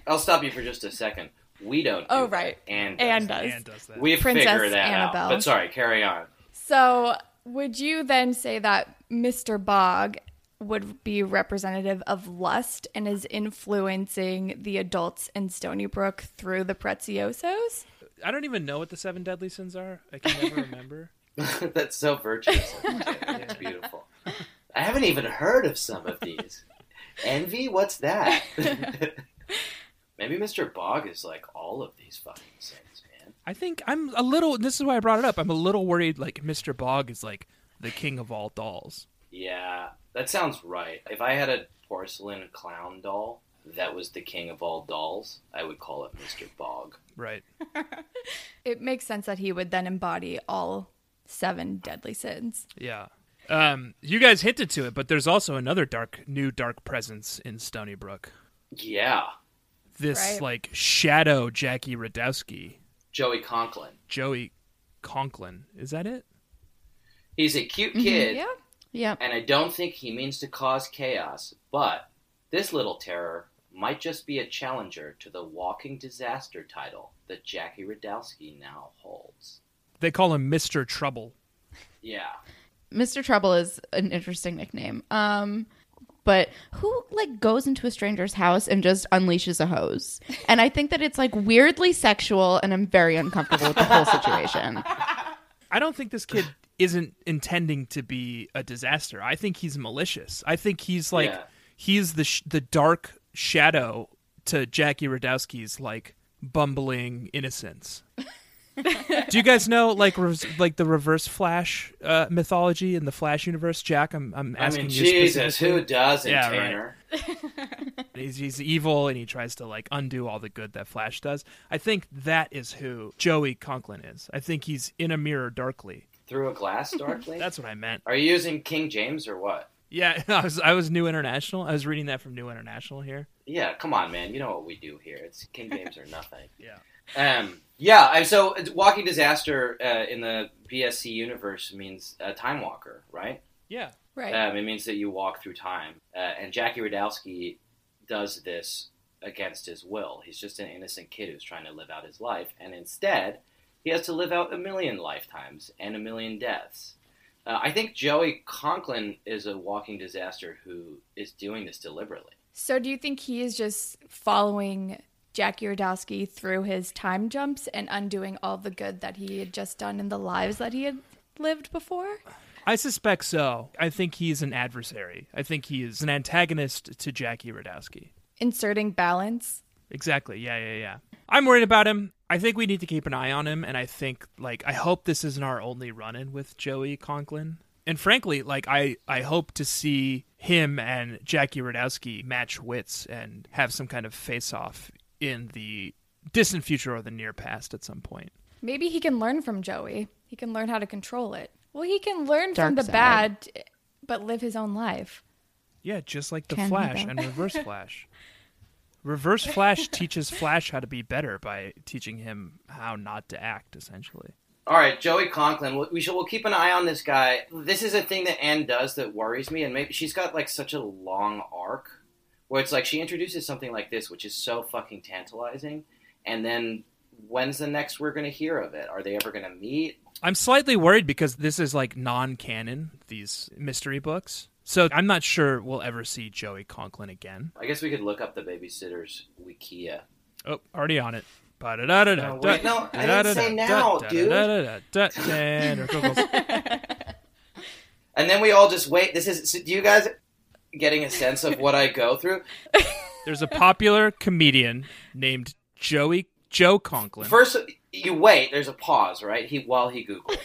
"I'll stop you for just a second. We don't." Do
Oh,
that.
right.
and
Anne does.
And does that.
we
Princess
figure that out.
Annabelle.
But sorry, carry on.
So would you then say that Mr. Bog would be representative of lust and is influencing the adults in Stony Brook through the Preziosos?
I don't even know what the seven deadly sins are. I can never remember.
That's so virtuous. of you, Jamie. It's beautiful. I haven't even heard of some of these. Envy? What's that? Maybe Mr. Bog is like all of these fucking sins, man.
I think I'm a little. This is why I brought it up. I'm a little worried. Like Mr. Bog is like the king of all dolls.
Yeah, that sounds right. If I had a porcelain clown doll that was the king of all dolls, I would call it Mr. Bog.
Right.
It makes sense that he would then embody all seven deadly sins.
Yeah. Um, you guys hinted to it, but there's also another dark, new dark presence in Stony Brook.
Yeah,
This
Right.
like shadow Jackie Radowski,
Joey Conklin.
Joey Conklin. Is that it?
He's a cute kid.
Yeah.
Yep.
and I don't think he means to cause chaos, but this little terror might just be a challenger to the walking disaster title that Jackie Radowski now holds.
They call him Mr. Trouble.
Yeah.
Mr. Trouble is an interesting nickname. Um, but who like goes into a stranger's house and just unleashes a hose? And I think that it's like weirdly sexual, and I'm very uncomfortable with the whole situation.
I don't think this kid isn't intending to be a disaster. I think he's malicious. I think he's like
Yeah.
he's the sh- the dark shadow to Jackie Radowski's like bumbling innocence. Do you guys know like res- like the Reverse Flash uh, mythology in the Flash universe? Jack, I'm I'm
I
asking
mean,
you.
Jesus,
specifically.
who doesn't,
Yeah, right.
Tanner?
He's, he's evil and he tries to like undo all the good that Flash does. I think that is who Joey Conklin is. I think he's in a mirror darkly.
Through a glass darkly?
That's what I meant.
Are you using King James or what?
Yeah, I was I was New International. I was reading that from New International here.
Yeah, come on, man. You know what we do here. It's King James or nothing.
Yeah.
Um, yeah, I, so it's- walking disaster uh, in the BSC universe means a time walker, right?
Yeah.
Right.
Um, it means that you walk through time. Uh, and Jackie Radowski does this against his will. He's just an innocent kid who's trying to live out his life. And instead, he has to live out a million lifetimes and a million deaths. Uh, I think Joey Conklin is a walking disaster who is doing this deliberately.
So do you think he is just following Jackie Radowski through his time jumps and undoing all the good that he had just done in the lives that he had lived before?
I suspect so. I think he's an adversary. I think he is an antagonist to Jackie Radowski.
Inserting balance?
Exactly. Yeah, yeah, yeah. I'm worried about him. I think we need to keep an eye on him and I think like I hope this isn't our only run-in with Joey Conklin. And frankly, like I I hope to see him and Jackie Radowski match wits and have some kind of face-off in the distant future or the near past at some point.
Maybe he can learn from Joey. He can learn how to control it. Well, he can learn
Dark
from the
side.
bad, but live his own life.
Yeah, just like the
Can he,
Flash
though?
and Reverse Flash. Reverse Flash teaches Flash how to be better by teaching him how not to act, essentially.
All right, Joey Conklin. we- We shall. We'll keep an eye on this guy. This is a thing that Anne does that worries me, and maybe she's got like such a long arc where it's like she introduces something like this, which is so fucking tantalizing, and then when's the next we're gonna hear of it? Are they ever gonna meet?
I'm slightly worried because this is like non canon, these mystery books. So I'm not sure we'll ever see Joey Conklin again.
I guess we could look up the babysitters week Kia.
Oh, already on it. Ba-da-da-da-da.
No, wait, no, I didn't say now, dude.
dude.
And then we all just wait. This is. so do you guys getting a sense of what I go through?
There's a popular comedian named Joey Joe Conklin.
First, you wait. There's a pause, right? He while he googles.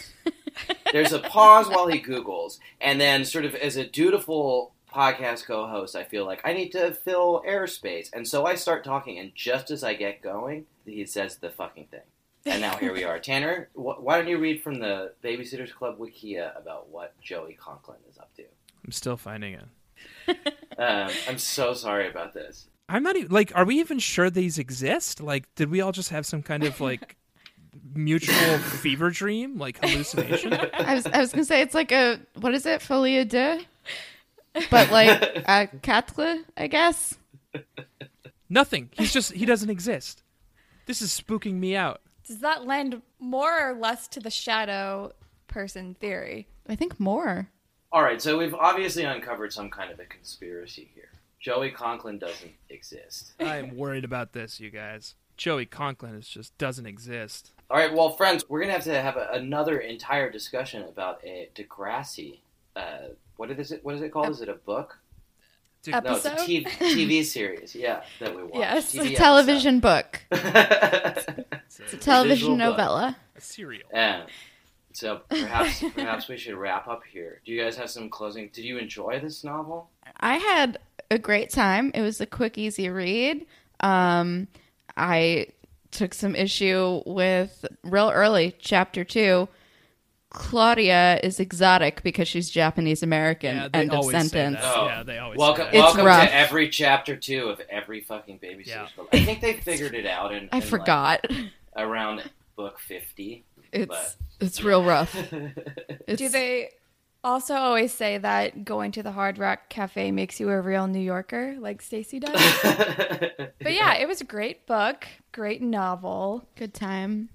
there's a pause while he googles, and then sort of as a dutiful podcast co-host, I feel like I need to fill airspace, and so I start talking. And just as I get going, he says the fucking thing. And now here we are, Tanner. Wh- why don't you read from the Babysitters Club Wikia about what Joey Conklin is up to?
I'm still finding it.
Um, I'm so sorry about this.
I'm not even like. Are we even sure these exist? Like, did we all just have some kind of like mutual fever dream, like hallucination?
I was, I was gonna say it's like a what is it, folie de, but like a quatre, I guess.
Nothing. He's just. He doesn't exist. This is spooking me out.
Does that lend more or less to the shadow person theory?
I think more.
All right, so we've obviously uncovered some kind of a conspiracy here. Joey Conklin doesn't exist.
I am worried about this, you guys. Joey Conklin is just doesn't exist.
All right, well, friends, we're gonna have to have a, another entire discussion about a Degrassi. Uh, what is it? What is it called? Is it a book? No, it's a
Episode?
TV, TV series. Yeah, that we watched.
Yes.
TV
It's a television book.
episode.
It's a television
Visual book.
novella.
A serial.
Yeah. Um, So perhaps perhaps we should wrap up here. Do you guys have some closing? Did you enjoy this novel?
I had a great time. It was a quick, easy read. Um, I took some issue with real early, chapter two. Claudia is exotic because she's Japanese American.
Yeah, they
End of
always say
sentence.
that. Yeah, they always
Oh, welcome.
say
that. It's
Welcome
rough.
to every chapter two of every fucking baby
Yeah.
series. I think they figured it out. In,
I
in, like,
forgot.
around book fifty.
It's it's real rough. It's,
Do they also always say that going to the Hard Rock Cafe makes you a real New Yorker, like Stacy does? but yeah, it was a great book, great novel.
good time?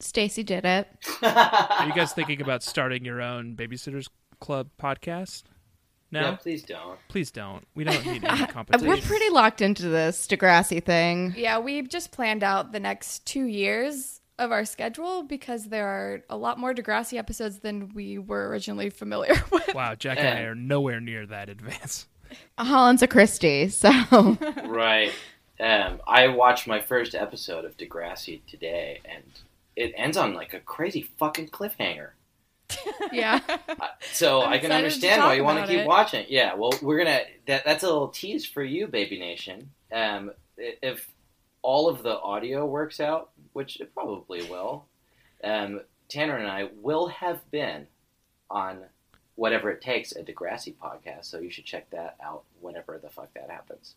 Stacy did it.
Are you guys thinking about starting your own Babysitters Club podcast? No,
No, please don't.
please don't. We don't need any
Uh, We're
competition.
pretty locked into this Degrassi thing.
Yeah, we've just planned out the next two years of our schedule because there are a lot more Degrassi episodes than we were originally familiar with.
Wow, Jack and I are nowhere near that advance.
Holland's a Christie, so
Right. Um, I watched my first episode of Degrassi today, and it ends on like a crazy fucking cliffhanger. Uh,
Yeah.
So
I'm
i can
excited to
understand
talk
why you want to
about
keep
it.
watching. Yeah, well, we're gonna. That, that's a little tease for you, Baby Nation. Um, i- if all of the audio works out, which it probably will, um, Tanner and I will have been on whatever it takes a Degrassi podcast. So you should check that out whenever the fuck that happens.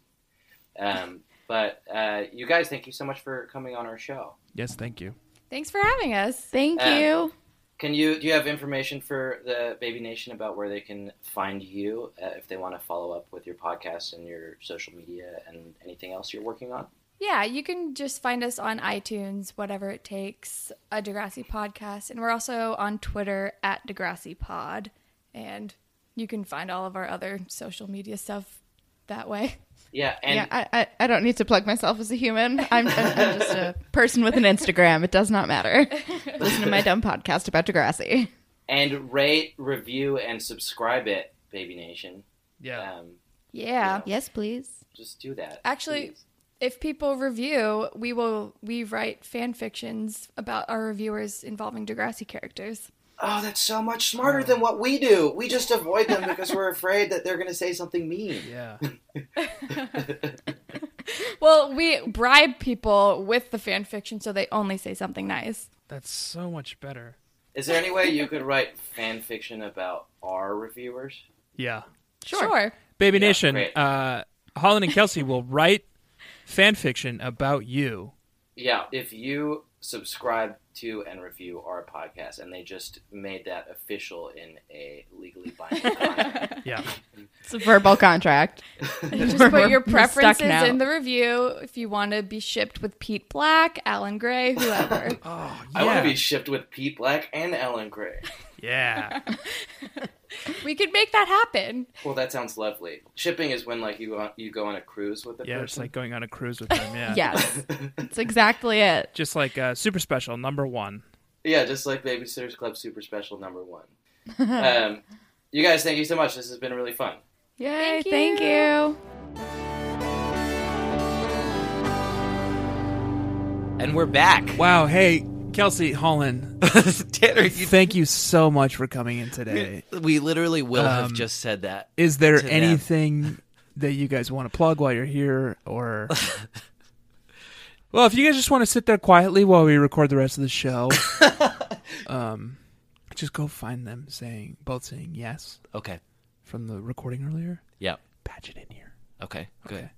Um, but uh, you guys, thank you so much for coming on our show.
Yes, thank you.
Thanks for having us.
thank
Uh,
you.
Can you do you have information for the Baby Nation about where they can find you uh, if they want to follow up with your podcast and your social media and anything else you're working on?
Yeah, you can just find us on iTunes, whatever it takes, a Degrassi podcast. And we're also on Twitter at Degrassi Pod. And you can find all of our other social media stuff that way.
Yeah, and
yeah, I, I, I don't need to plug myself as a human. I'm, I'm, I'm just a person with an Instagram. It does not matter. Listen to my dumb podcast about Degrassi.
and rate, review, and subscribe it, Baby Nation.
Yeah.
Um,
Yeah.
Uh, Yes, please.
just do that.
Actually-
please.
If people review, we will we write fan fictions about our reviewers involving Degrassi characters.
oh, that's so much smarter than what we do. We just avoid them because we're afraid that they're going to say something mean.
Yeah.
Well, we bribe people with the fan fiction so they only say something nice.
That's so much better.
Is there any way you could write fan fiction about our reviewers?
Yeah.
Sure.
Baby
Yeah,
Nation,
great.
uh, Holland and Kelsey will write fan fiction about you.
Yeah, if you subscribe to and review our podcast, and they just made that official in a legally binding contract.
Yeah.
It's a verbal contract.
Just put your
We're stuck
preferences
now.
in the review if you want to be shipped with Pete Black, Alan Gray, whoever.
Oh, yeah.
I want to be shipped with Pete Black and Ellen Gray.
yeah.
We could make that happen.
Well, that sounds lovely. Shipping is when like you go on, you go on a cruise with the
Yeah, it's
person.
like going on a cruise with them. Yeah.
Yes, that's exactly it.
Just like uh, super special number one.
yeah, just like Babysitters Club Super Special Number One. um, you guys, thank you so much. This has been really fun.
Yay!
Thank you.
Thank you.
And we're back.
Wow. Hey, Kelsey Holland,
Tanner, you
thank you so much for coming in today.
We literally will have
Um,
just said that.
Is there
To them.
anything that you guys want to plug while you're here, or? Well, if you guys just want to sit there quietly while we record the rest of the show, um, just go find them saying both saying yes
Okay.
from the recording earlier.
Yeah.
Patch it in here.
Okay. Good.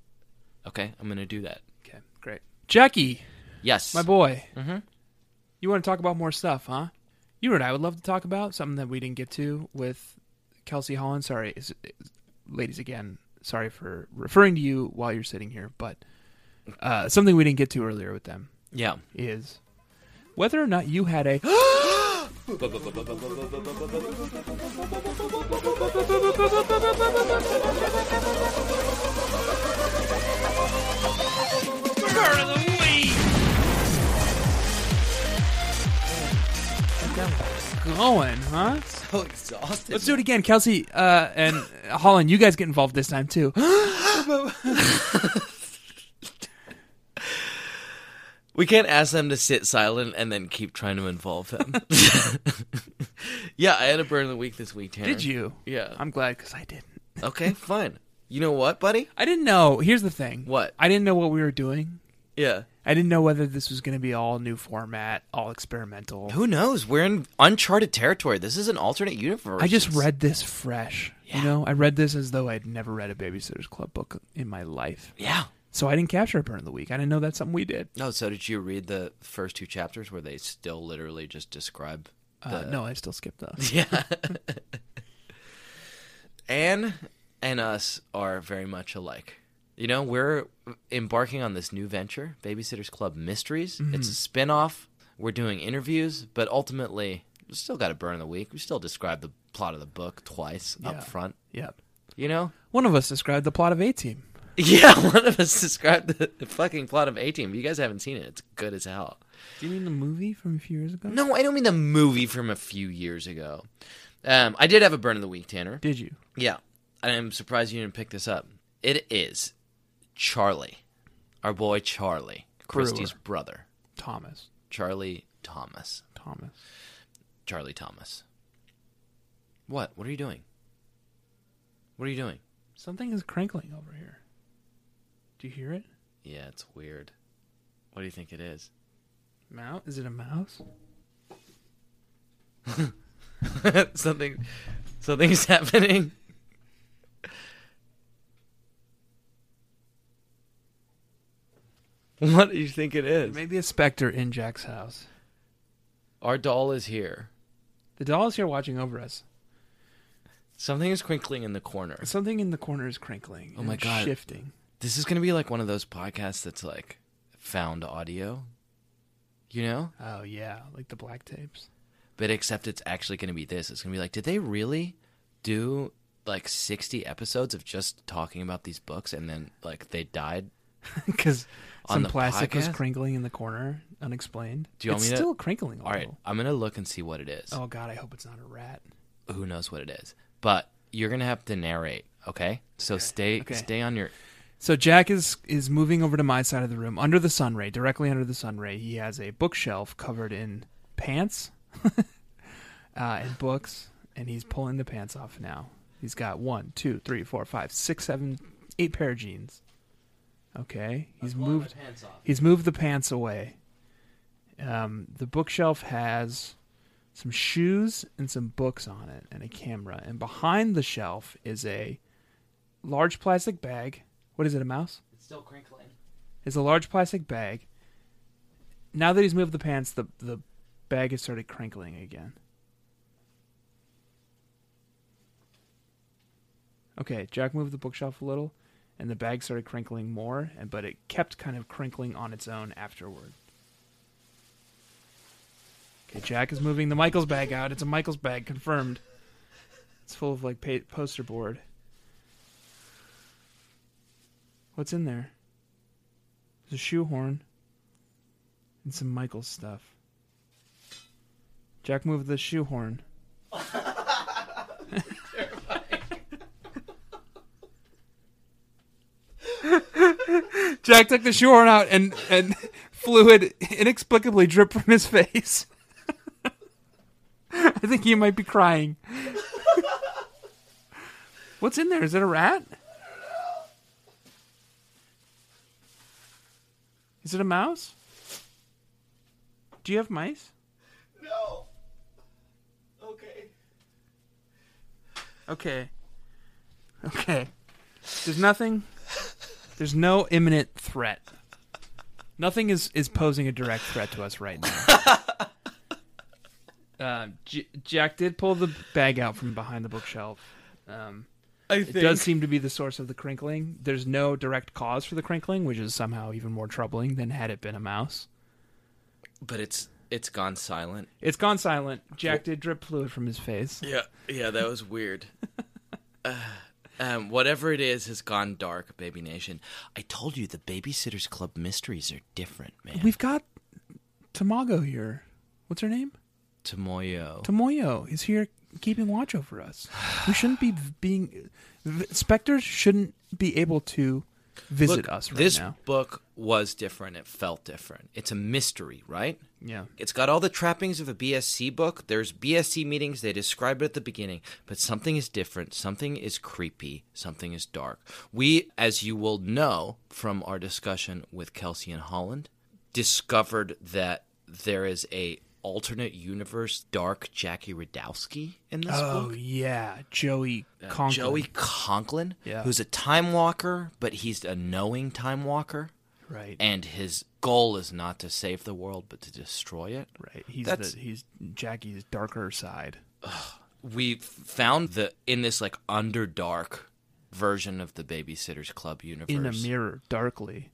Okay. I'm gonna do that.
Okay, great. Jackie,
Yes.
my boy. You want to talk about more stuff, huh? You and I would love to talk about something that we didn't get to with Kelsey Holland. Sorry, is, is- ladies again. Sorry for referring to you while you're sitting here, but uh, something we didn't get to earlier with them
yeah.
is whether or not you had a going, huh?
So exhausted.
Let's do it again, Kelsey uh, and Holland. You guys get involved this time too.
We can't ask them to sit silent and then keep trying to involve them. yeah, I had a burn of the week this week, Tanner.
Did you?
Yeah.
I'm glad because I didn't.
Okay, fine. You know what, buddy?
I didn't know. Here's the thing.
What?
I didn't know what we were doing.
Yeah.
I didn't know whether this was going to be all new format, all experimental.
Who knows? We're in uncharted territory. This is an alternate universe.
I just
It's-
read this fresh. You know, I read this as though I'd never read a Babysitter's Club book in my life.
Yeah.
So I didn't capture a burn of the week. I didn't know that's something we did.
No, so did you read the first two chapters where they still literally just describe
Uh, no, I still skipped those.
Yeah. Anne and us are very much alike. You know, we're embarking on this new venture, Babysitters Club Mysteries. It's a spin off. We're doing interviews, but ultimately, we still got a burn of the week. We still describe the plot of the book twice up front.
yep.
You know?
One of us described the plot of A Team.
Yeah, one of us described the, the fucking plot of A Team. If you guys haven't seen it, it's good as hell.
Do you mean the movie from a few years ago?
No, I don't mean the movie from a few years ago. Um, I did have a burn of the week, Tanner.
Did you?
Yeah. I'm surprised you didn't pick this up. It is Charlie, our boy Charlie, Christie's brother,
Thomas.
Charlie Thomas.
Thomas.
Charlie Thomas. What? What are you doing? What are you doing?
Something is crinkling over here. Do you hear it?
Yeah, it's weird. What do you think it is?
Mouse? Is it a mouse?
something something's happening. What do you think it is?
Maybe a specter in Jack's house.
Our doll is here.
The doll is here watching over us.
Something is crinkling in the corner.
Something in the corner is crinkling.
Oh my
and
God.
Shifting.
This is going to be like one of those podcasts that's like found audio, you know?
Oh yeah, like the black tapes.
But except it's actually going to be this. It's going to be like, did they really do like 60 episodes of just talking about these books and then like they died?
Because
On
some
the
plastic was
podcast?
crinkling in the corner, unexplained.
Do you want
it's
me to-
still crinkling a
All right,
little.
I'm going to look and see what it is.
Oh god, I hope it's not a rat.
Who knows what it is? But you're going to have to narrate, okay? So stay
Okay.
stay on your
So Jack is is moving over to my side of the room, under the sun ray, directly under the sun ray. He has a bookshelf covered in pants uh, and books, and he's pulling the pants off now. He's got one, two, three, four, five, six, seven, eight pair of jeans. Okay, he's moved. He's moved the pants away. Um, the bookshelf has some shoes and some books on it, and a camera. And behind the shelf is a large plastic bag. What is it, a mouse?
It's still crinkling.
It's a large plastic bag. Now that he's moved the pants, the the bag has started crinkling again. Okay, Jack moved the bookshelf a little, and the bag started crinkling more, and but it kept kind of crinkling on its own afterward. Okay, Jack is moving the Michaels bag out. It's a Michaels bag, confirmed.
It's full of like pa- poster board. What's in there? There's a shoehorn and some Michael stuff. Jack moved the shoehorn. Jack took the shoehorn out and, and fluid inexplicably dripped from his face. I think he might be crying. What's in there? Is it a rat? Is it a mouse? Do you have mice?
No. Okay.
Okay. Okay. There's nothing. There's no imminent threat. Nothing is is posing a direct threat to us right now. Um, J- Jack did pull the bag out from behind the bookshelf. Um,
I
it does seem to be the source of the crinkling. There's no direct cause for the crinkling, which is somehow even more troubling than had it been a mouse.
but it's it's gone silent.
It's gone silent. Jack did drip fluid from his face.
Yeah, yeah, that was weird. Uh, um, whatever it is has gone dark, Baby Nation. I told you the Babysitters Club mysteries are different, man.
We've got Tamago here. What's her name?
Tomoyo.
Tomoyo is here keeping watch over us. We shouldn't be v- being v- specters shouldn't be able to visit
Look,
us right
this
now.
book was different. It felt different. It's a mystery, right?
Yeah.
It's got all the trappings of a BSC book. There's BSC meetings. They describe it at the beginning, but something is different. Something is creepy. Something is dark. We, as you will know from our discussion with Kelsey and Holland, discovered that there is a alternate universe dark Jackie Radowski in this
Oh
book.
yeah, Joey Conklin.
Joey Conklin,
Yeah.
who's a time walker, but he's a knowing time walker,
right,
and his goal is not to save the world but to destroy it.
right. He's
That's-
the he's Jackie's darker side.
we found the in this like underdark version of the babysitters club universe
In a mirror, darkly.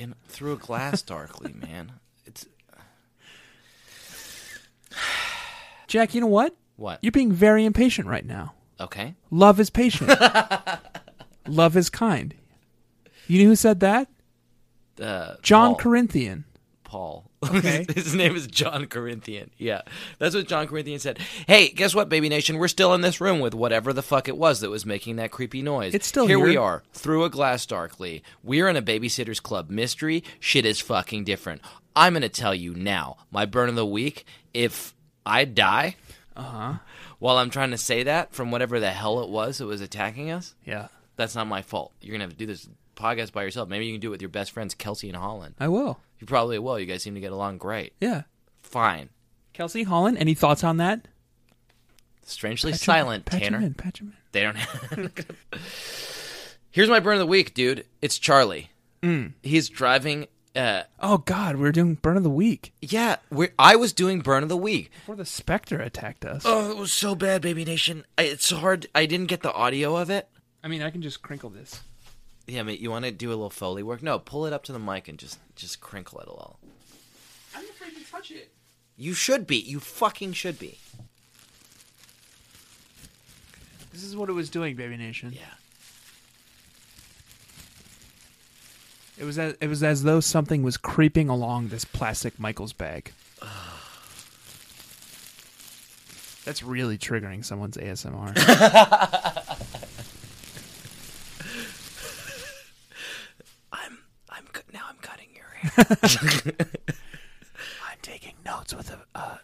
In- through a glass darkly man it's
Jack, you know what?
what
You're being very impatient right now.
okay
Love is patient. Love is kind. You know who said that?
uh,
John
paul,
Corinthian.
paul
Okay.
his name is john corinthian yeah that's what john corinthian said hey guess what baby nation we're still in this room with whatever the fuck it was that was making that creepy noise
It's still
here we
here.
are through a glass darkly we're in a babysitters club mystery shit is fucking different i'm gonna tell you now my burn of the week if i die
Uh huh.
While I'm trying to say that from whatever the hell it was that was attacking us,
Yeah.
that's not my fault. You're gonna have to do this podcast by yourself. Maybe you can do it with your best friends Kelsey and Holland.
I will.
You probably will. You guys seem to get along great.
Yeah.
Fine.
Kelsey Holland, any thoughts on that?
Strangely
Patch him-
silent,
patch him
Tanner.
in, patch him in.
They don't. Here's my burn of the week, dude. It's Charlie. He's driving. Uh,
Oh God, we were doing burn of the week
yeah, we're, I was doing burn of the week.
before the specter attacked us.
Oh, it was so bad, Baby Nation. I, it's so hard. I didn't get the audio of it.
I mean, I can just crinkle this.
Yeah, mate, you want to do a little foley work? No, pull it up to the mic and just just crinkle it a little.
I'm afraid to touch it.
You should be. You fucking should be.
This is what it was doing, Baby Nation.
Yeah.
It was as, it was as though something was creeping along this plastic Michael's bag. That's really triggering someone's ASMR.
I'm I'm cut- now I'm cutting your hair.
I'm taking notes with a uh,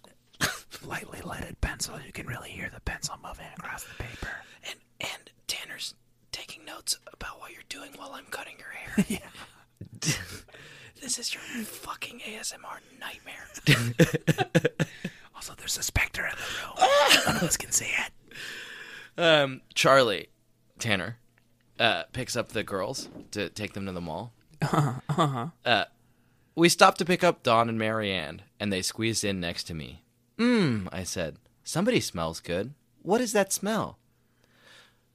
lightly leaded pencil. You can really hear the pencil moving across the paper.
and and Tanner's taking notes about what you're doing while I'm cutting your hair. this is your fucking ASMR nightmare.
Also, there's a specter in the room. None of us can see it.
Um, Charlie, Tanner, uh, picks up the girls to take them to the mall. Uh-huh. Uh, we stopped to pick up Don and Marianne, and they squeezed in next to me. Mmm, I said. Somebody smells good. What is that smell?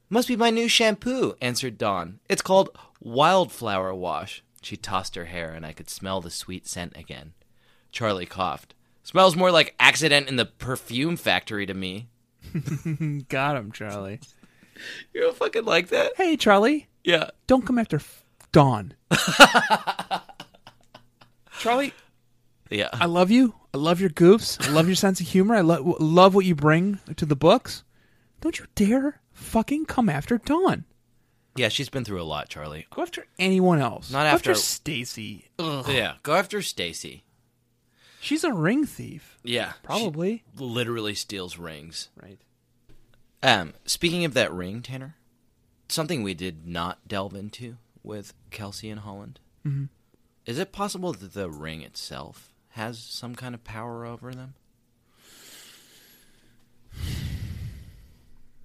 Must be my new shampoo, answered Dawn. It's called Wildflower Wash. She tossed her hair, and I could smell the sweet scent again. Charlie coughed. Smells more like accident in the perfume factory to me.
Got him, Charlie.
You don't fucking like that?
Hey, Charlie,
Yeah.
don't come after f- Dawn. Charlie,
Yeah.
I love you. I love your goofs. I love your sense of humor. I lo- love what you bring to the books. Don't you dare fucking come after Dawn.
yeah, she's been through a lot, Charlie.
Go after anyone else.
Not
Go
after-
Stacy.
Yeah. Go after Stacy.
She's a ring thief.
Yeah. she
Probably.
literally steals rings.
Right.
Um, speaking of that ring, Tanner, something we did not delve into with Kelsey and Holland.
Mm-hmm.
Is it possible that the ring itself has some kind of power over them?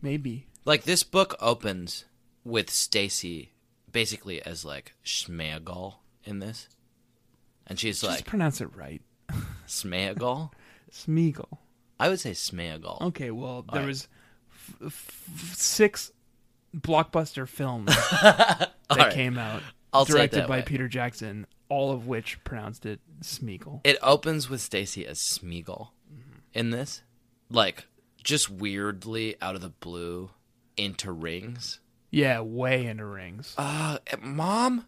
Maybe.
Like this book opens with Stacy basically as like Smeagol in this, and she's
Just
like
pronounce it right.
Smeagol.
Smeagol.
I would say Smeagol.
Okay, well, there
right.
was f- f- six blockbuster films that
right.
came out
I'll say it
directed
that
by
way.
Peter Jackson, all of which pronounced it Smeagol.
It opens with Stacy as Smeagol in this, like just weirdly out of the blue into rings.
Yeah, way into rings.
Uh, mom.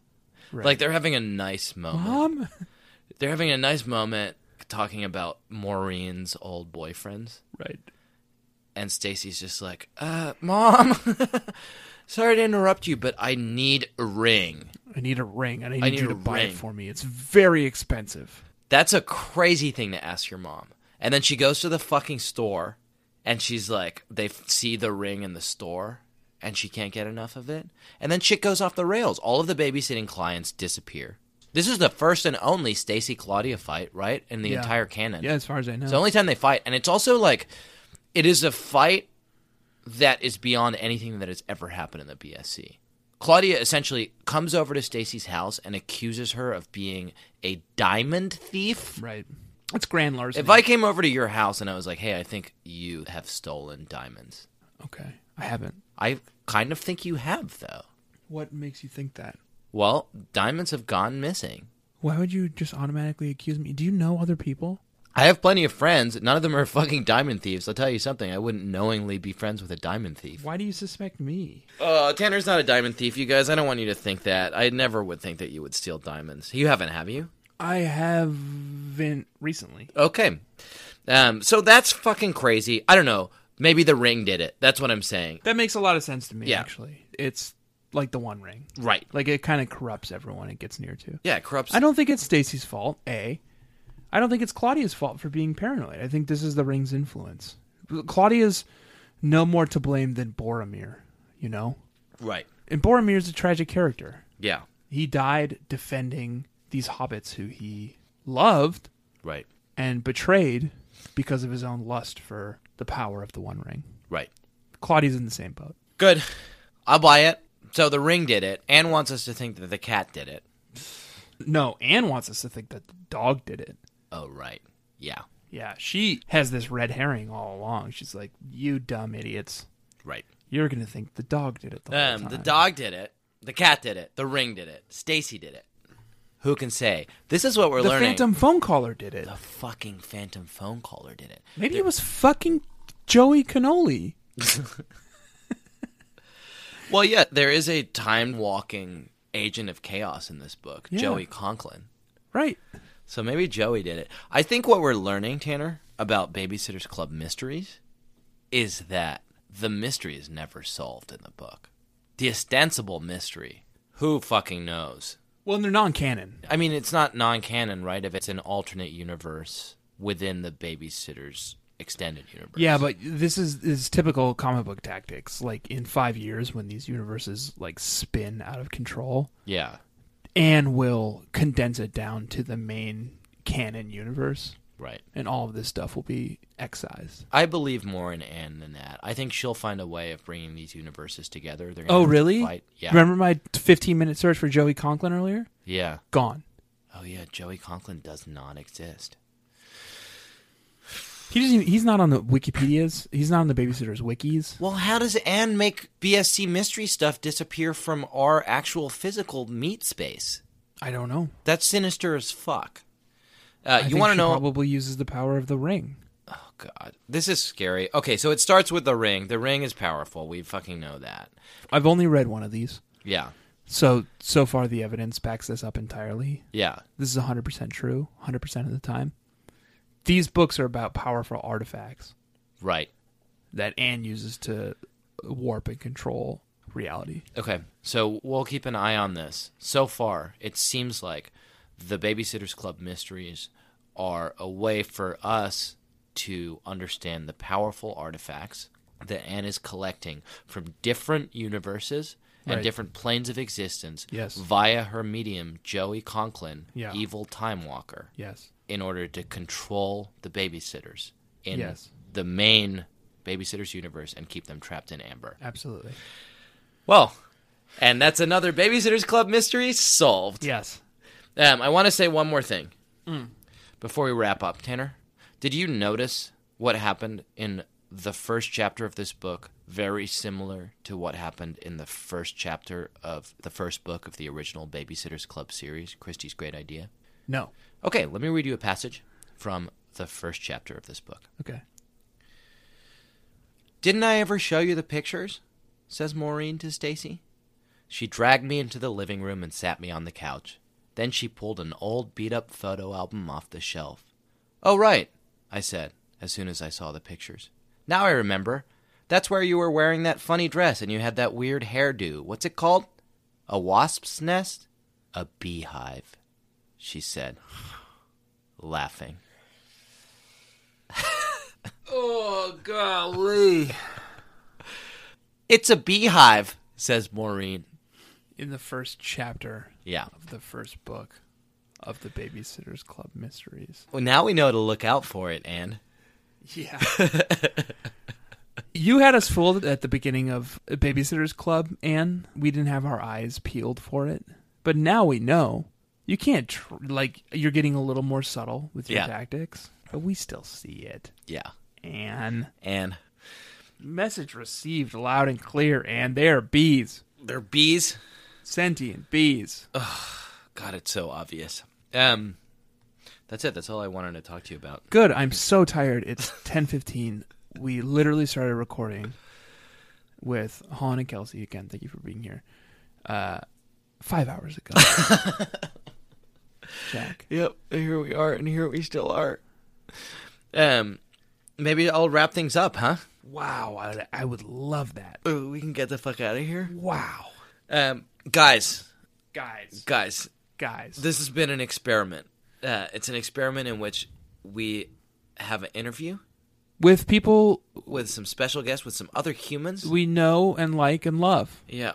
Right.
Like they're having a nice moment.
Mom?
They're having a nice moment talking about Maureen's old boyfriends,
Right.
and Stacy's just like, "Uh, mom, sorry to interrupt you, but I need a ring."
I need a ring, and I need,
need
you
a
to buy
ring.
it for me. It's very expensive.
That's a crazy thing to ask your mom. And then she goes to the fucking store and she's like, they f- see the ring in the store and she can't get enough of it. And then shit goes off the rails. All of the babysitting clients disappear. This is the first and only Stacy Claudia fight, right? In the
Yeah.
entire canon.
Yeah, as far as I know.
It's the only time they fight. And it's also like, it is a fight that is beyond anything that has ever happened in the BSC. Claudia essentially comes over to Stacy's house and accuses her of being a diamond thief.
right. It's grand larceny.
If I came over to your house and I was like, "Hey, I think you have stolen diamonds,"
Okay, I haven't.
I kind of think you have, though.
What makes you think that?
Well, diamonds have gone missing.
Why would you just automatically accuse me? Do you know other people?
I have plenty of friends. None of them are fucking diamond thieves. I'll tell you something. I wouldn't knowingly be friends with a diamond thief.
Why do you suspect me?
Uh, Tanner's not a diamond thief, you guys. I don't want you to think that. I never would think that you would steal diamonds. You haven't, have you?
I haven't recently.
Okay. Um, so that's fucking crazy. I don't know. Maybe the ring did it. That's what I'm saying.
That makes a lot of sense to me,
Yeah.
actually. It's like the one ring.
Right.
Like it kind of corrupts everyone it gets near to.
Yeah, it corrupts.
I don't think it's Stacy's fault, A. I don't think it's Claudia's fault for being paranoid. I think this is the ring's influence. Claudia's no more to blame than Boromir, you know?
Right.
And Boromir's a tragic character.
Yeah.
He died defending these hobbits who he loved
Right.
and betrayed because of his own lust for the power of the One Ring.
Right.
Claudia's in the same boat.
Good. I'll buy it. So the ring did it. Anne wants us to think that the cat did it.
No, Anne wants us to think that the dog did it.
Oh, right. Yeah.
Yeah, she has this red herring all along. She's like, "You dumb idiots!
Right.
You're gonna think the dog did it the whole
Um, the
time."
dog did it. The cat did it. The ring did it. Stacy did it. Who can say? This is what we're
the
learning.
phantom phone caller did it.
The fucking phantom phone caller did it.
Maybe it was fucking Joey Cannoli.
Well, yeah, there is a time walking agent of chaos in this book,
Yeah.
Joey Conklin.
Right?
So maybe Joey did it. I think what we're learning, Tanner, about Babysitters Club mysteries is that the mystery is never solved in the book. The ostensible mystery. Who fucking knows?
Well, and they're non-canon.
I mean, it's not non canon, right? If it's an alternate universe within the Babysitter's extended universe.
Yeah, but this is is typical comic book tactics. Like in five years, when these universes like spin out of control,
Yeah.
Anne will condense it down to the main canon universe,
Right.
and all of this stuff will be excised.
I believe more in Anne than that. I think she'll find a way of bringing these universes together. They're gonna
Oh,
have to
really?
fight. Yeah.
Remember my 15 minute search for Joey Conklin earlier?
Yeah.
Gone.
Oh yeah, Joey Conklin does not exist.
He doesn't. Even, he's not on the Wikipedia's. He's not on the babysitters' wikis.
Well, how does Anne make BSC mystery stuff disappear from our actual physical meat space?
I don't know.
That's sinister as fuck. Uh,
I
you
think
want to
she
know?
Probably uses the power of the ring.
oh God, this is scary. Okay, so it starts with the ring. The ring is powerful. We fucking know that.
I've only read one of these.
Yeah,
So so far the evidence backs this up entirely.
yeah.
This is 100% true, 100% of the time. These books are about powerful artifacts
Right.
that Anne uses to warp and control reality.
Okay, so we'll keep an eye on this. So far, it seems like the Babysitters Club mysteries are a way for us to understand the powerful artifacts that Anne is collecting from different universes and
Right.
different planes of existence
Yes.
via her medium, Joey Conklin,
Yeah.
evil time walker,
Yes.
in order to control the babysitters in
Yes.
the main babysitters universe and keep them trapped in amber.
Absolutely.
Well, and that's another Babysitters Club mystery solved.
Yes.
Um, I want to say one more thing before we wrap up, Tanner. Did you notice what happened in the first chapter of this book? Very similar to what happened in the first chapter of the first book of the original Babysitters Club series, Christie's Great Idea.
No.
Okay, let me read you a passage from the first chapter of this book.
Okay.
Didn't I ever show you the pictures? says Maureen to Stacy. She dragged me into the living room and sat me on the couch. Then she pulled an old beat up photo album off the shelf. Oh, right, I said as soon as I saw the pictures. Now I remember. That's where you were wearing that funny dress and you had that weird hairdo. What's it called? A wasp's nest? A beehive, she said, laughing. It's a beehive, says Maureen.
In the first chapter
Yeah.
of the first book of the Babysitters Club Mysteries.
Well, now we know to look out for it, Anne.
Yeah. you had us fooled at the beginning of Babysitters Club, Anne. We didn't have our eyes peeled for it. But now we know. You can't, tr- like, you're getting a little more subtle with your
Yeah.
tactics, but we still see it.
Yeah.
Anne.
Anne.
Message received loud and clear, Anne. They are bees.
They're bees.
Sentient bees.
God, it's so obvious. Um, that's it. That's all I wanted to talk to you about.
Good. I'm so tired. It's 10:15. We literally started recording with Hahn and Kelsey again. Thank you for being here. Uh, five hours ago. Jack.
Yep. Here we are, and here we still are. Um, maybe I'll wrap things up, huh?
Wow. I, I would love that.
Ooh, we can get the fuck out of here.
Wow.
Um, guys,
Guys.
guys,
Guys.
this has been an experiment. Uh, it's an experiment in which we have an interview
with people
with some special guests, with some other humans.
we know and like and love.
yeah.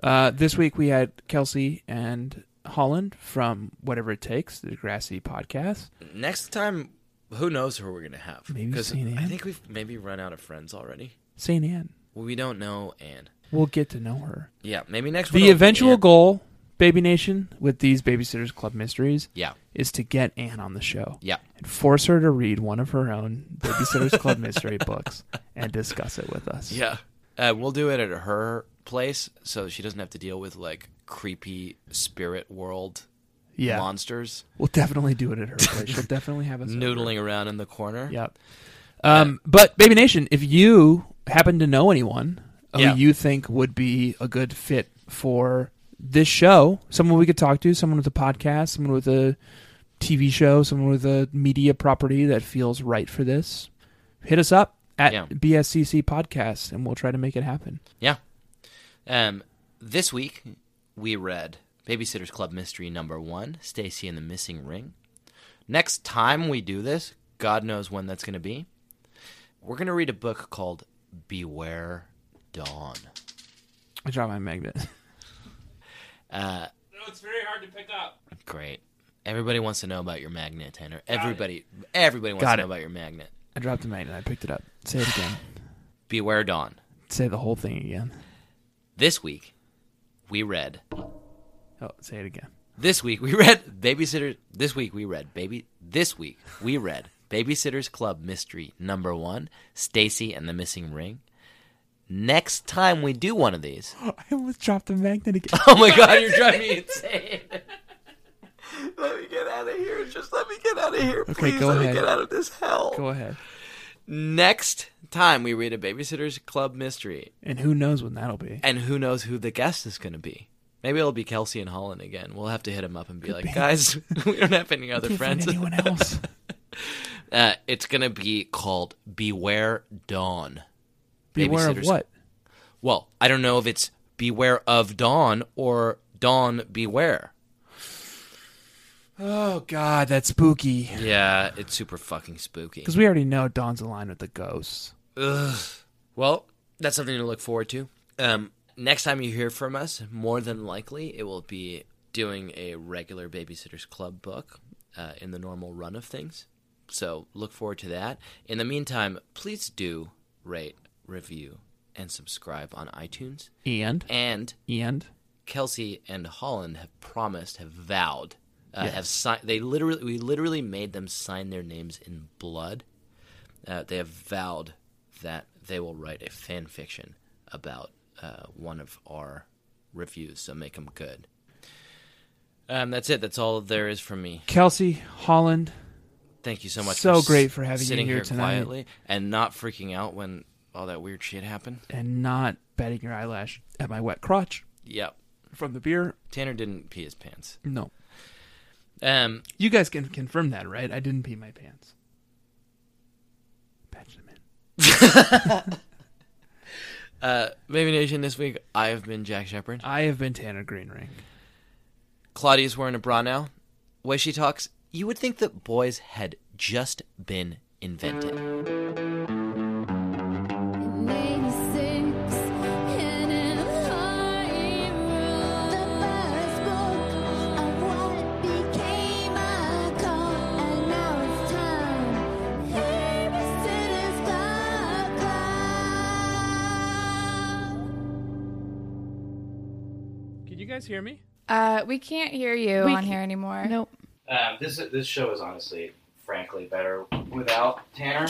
Uh, this week we had Kelsey and Holland from Whatever It Takes, the Grassy podcast.
Next time, who knows who we're gonna have?
Maybe
'Cause
Saint
I
Anne?
think we've maybe run out of friends already.
St. Anne.
We don't know Anne.
We'll get to know her.
Yeah, maybe next one.
The
will be
eventual
Anne.
goal, Baby Nation, with these Babysitters Club mysteries,
Yeah,
is to get Anne on the show
yeah,
and force her to read one of her own Babysitters Club mystery books and discuss it with us.
yeah. Uh, we'll do it at her place, so she doesn't have to deal with like creepy spirit world
yeah.
monsters
We'll definitely do it at her place. She'll definitely have us over.
noodling around in the corner.
Yep. Um, but Baby Nation, if you happen to know anyone who
Yeah.
you think would be a good fit for this show, someone we could talk to, someone with a podcast, someone with a TV show, someone with a media property that feels right for this, hit us up at
Yeah.
BSCC Podcast, and we'll try to make it happen.
Yeah. Um, this week we read Babysitters Club Mystery Number One: Stacy and the Missing Ring. Next time we do this, God knows when that's going to be. We're going to read a book called Beware Dawn.
I dropped my magnet.
Uh, it's very hard to pick up. Great. Everybody wants to know about your magnet, Tanner. Everybody, everybody wants
Got
to
it.
know about your magnet.
I dropped the magnet. I picked it up. Say it again.
Beware Dawn.
Say the whole thing again.
This week, we read
Oh, say it again.
This week we read Babysitter. This week we read Baby. This week we read Babysitters Club Mystery Number One: Stacy and the Missing Ring. Next time we do one of these,
I almost dropped the magnet again.
oh my god, you're driving me insane. let me get out of here. Just let me get out of here,
Okay, go ahead.
of this hell.
Go ahead.
next time we read a Babysitter's Club mystery.
And who knows when that'll be?
And who knows who the guest is going to be. Maybe it'll be Kelsey and Holland again. We'll have to hit him up and be like, guys, we don't have any other friends.
Anyone else?
Uh, it's going to be called Beware Dawn.
Beware of
Babysitter's-
what?
Well, I don't know if it's Beware of Dawn or Dawn Beware.
Oh God, that's spooky.
Yeah, it's super fucking spooky.
Because we already know Dawn's aligned with the ghosts.
Ugh. Well, that's something to look forward to. Um, next time you hear from us, more than likely it will be doing a regular Babysitters Club book uh, in the normal run of things. So look forward to that. In the meantime, please do rate, review, and subscribe on iTunes.
And
And
and
Kelsey and Holland have promised, have vowed, uh, have signed. They literally, we literally made them sign their names in blood. Uh, they have vowed that they will write a fan fiction about uh, one of our reviews, so make them good. Um, that's it. That's all there is from me.
Kelsey Holland.
Thank you so much.
So
s-
great for having you
sitting
here
here
tonight.
quietly and not freaking out when all that weird shit happened.
and not batting your eyelash at my wet crotch
Yep.
from the beer.
Tanner didn't pee his pants.
No.
Um,
You guys can confirm that, right? I didn't pee my pants. Patch them in.
Baby Nation, this week I have been Jack Shepard.
I have been Tanner Greenring.
Claudia's wearing a bra now. The way she talks, you would think that boys had just been invented.
Can you guys hear me?
Uh, we can't hear you
We
on
ca-
here anymore.
Nope.
Um, this this show is honestly, frankly, better without Tanner.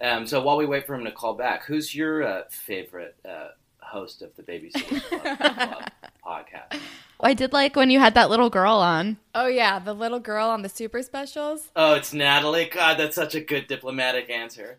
um, so while we wait for him to call back, who's your uh, favorite uh, host of the Babysitters Club, Club podcast?
Oh, I did like when you had that little girl on.
Oh yeah, the little girl on the super specials.
Oh, it's Natalie. God, that's such a good diplomatic answer.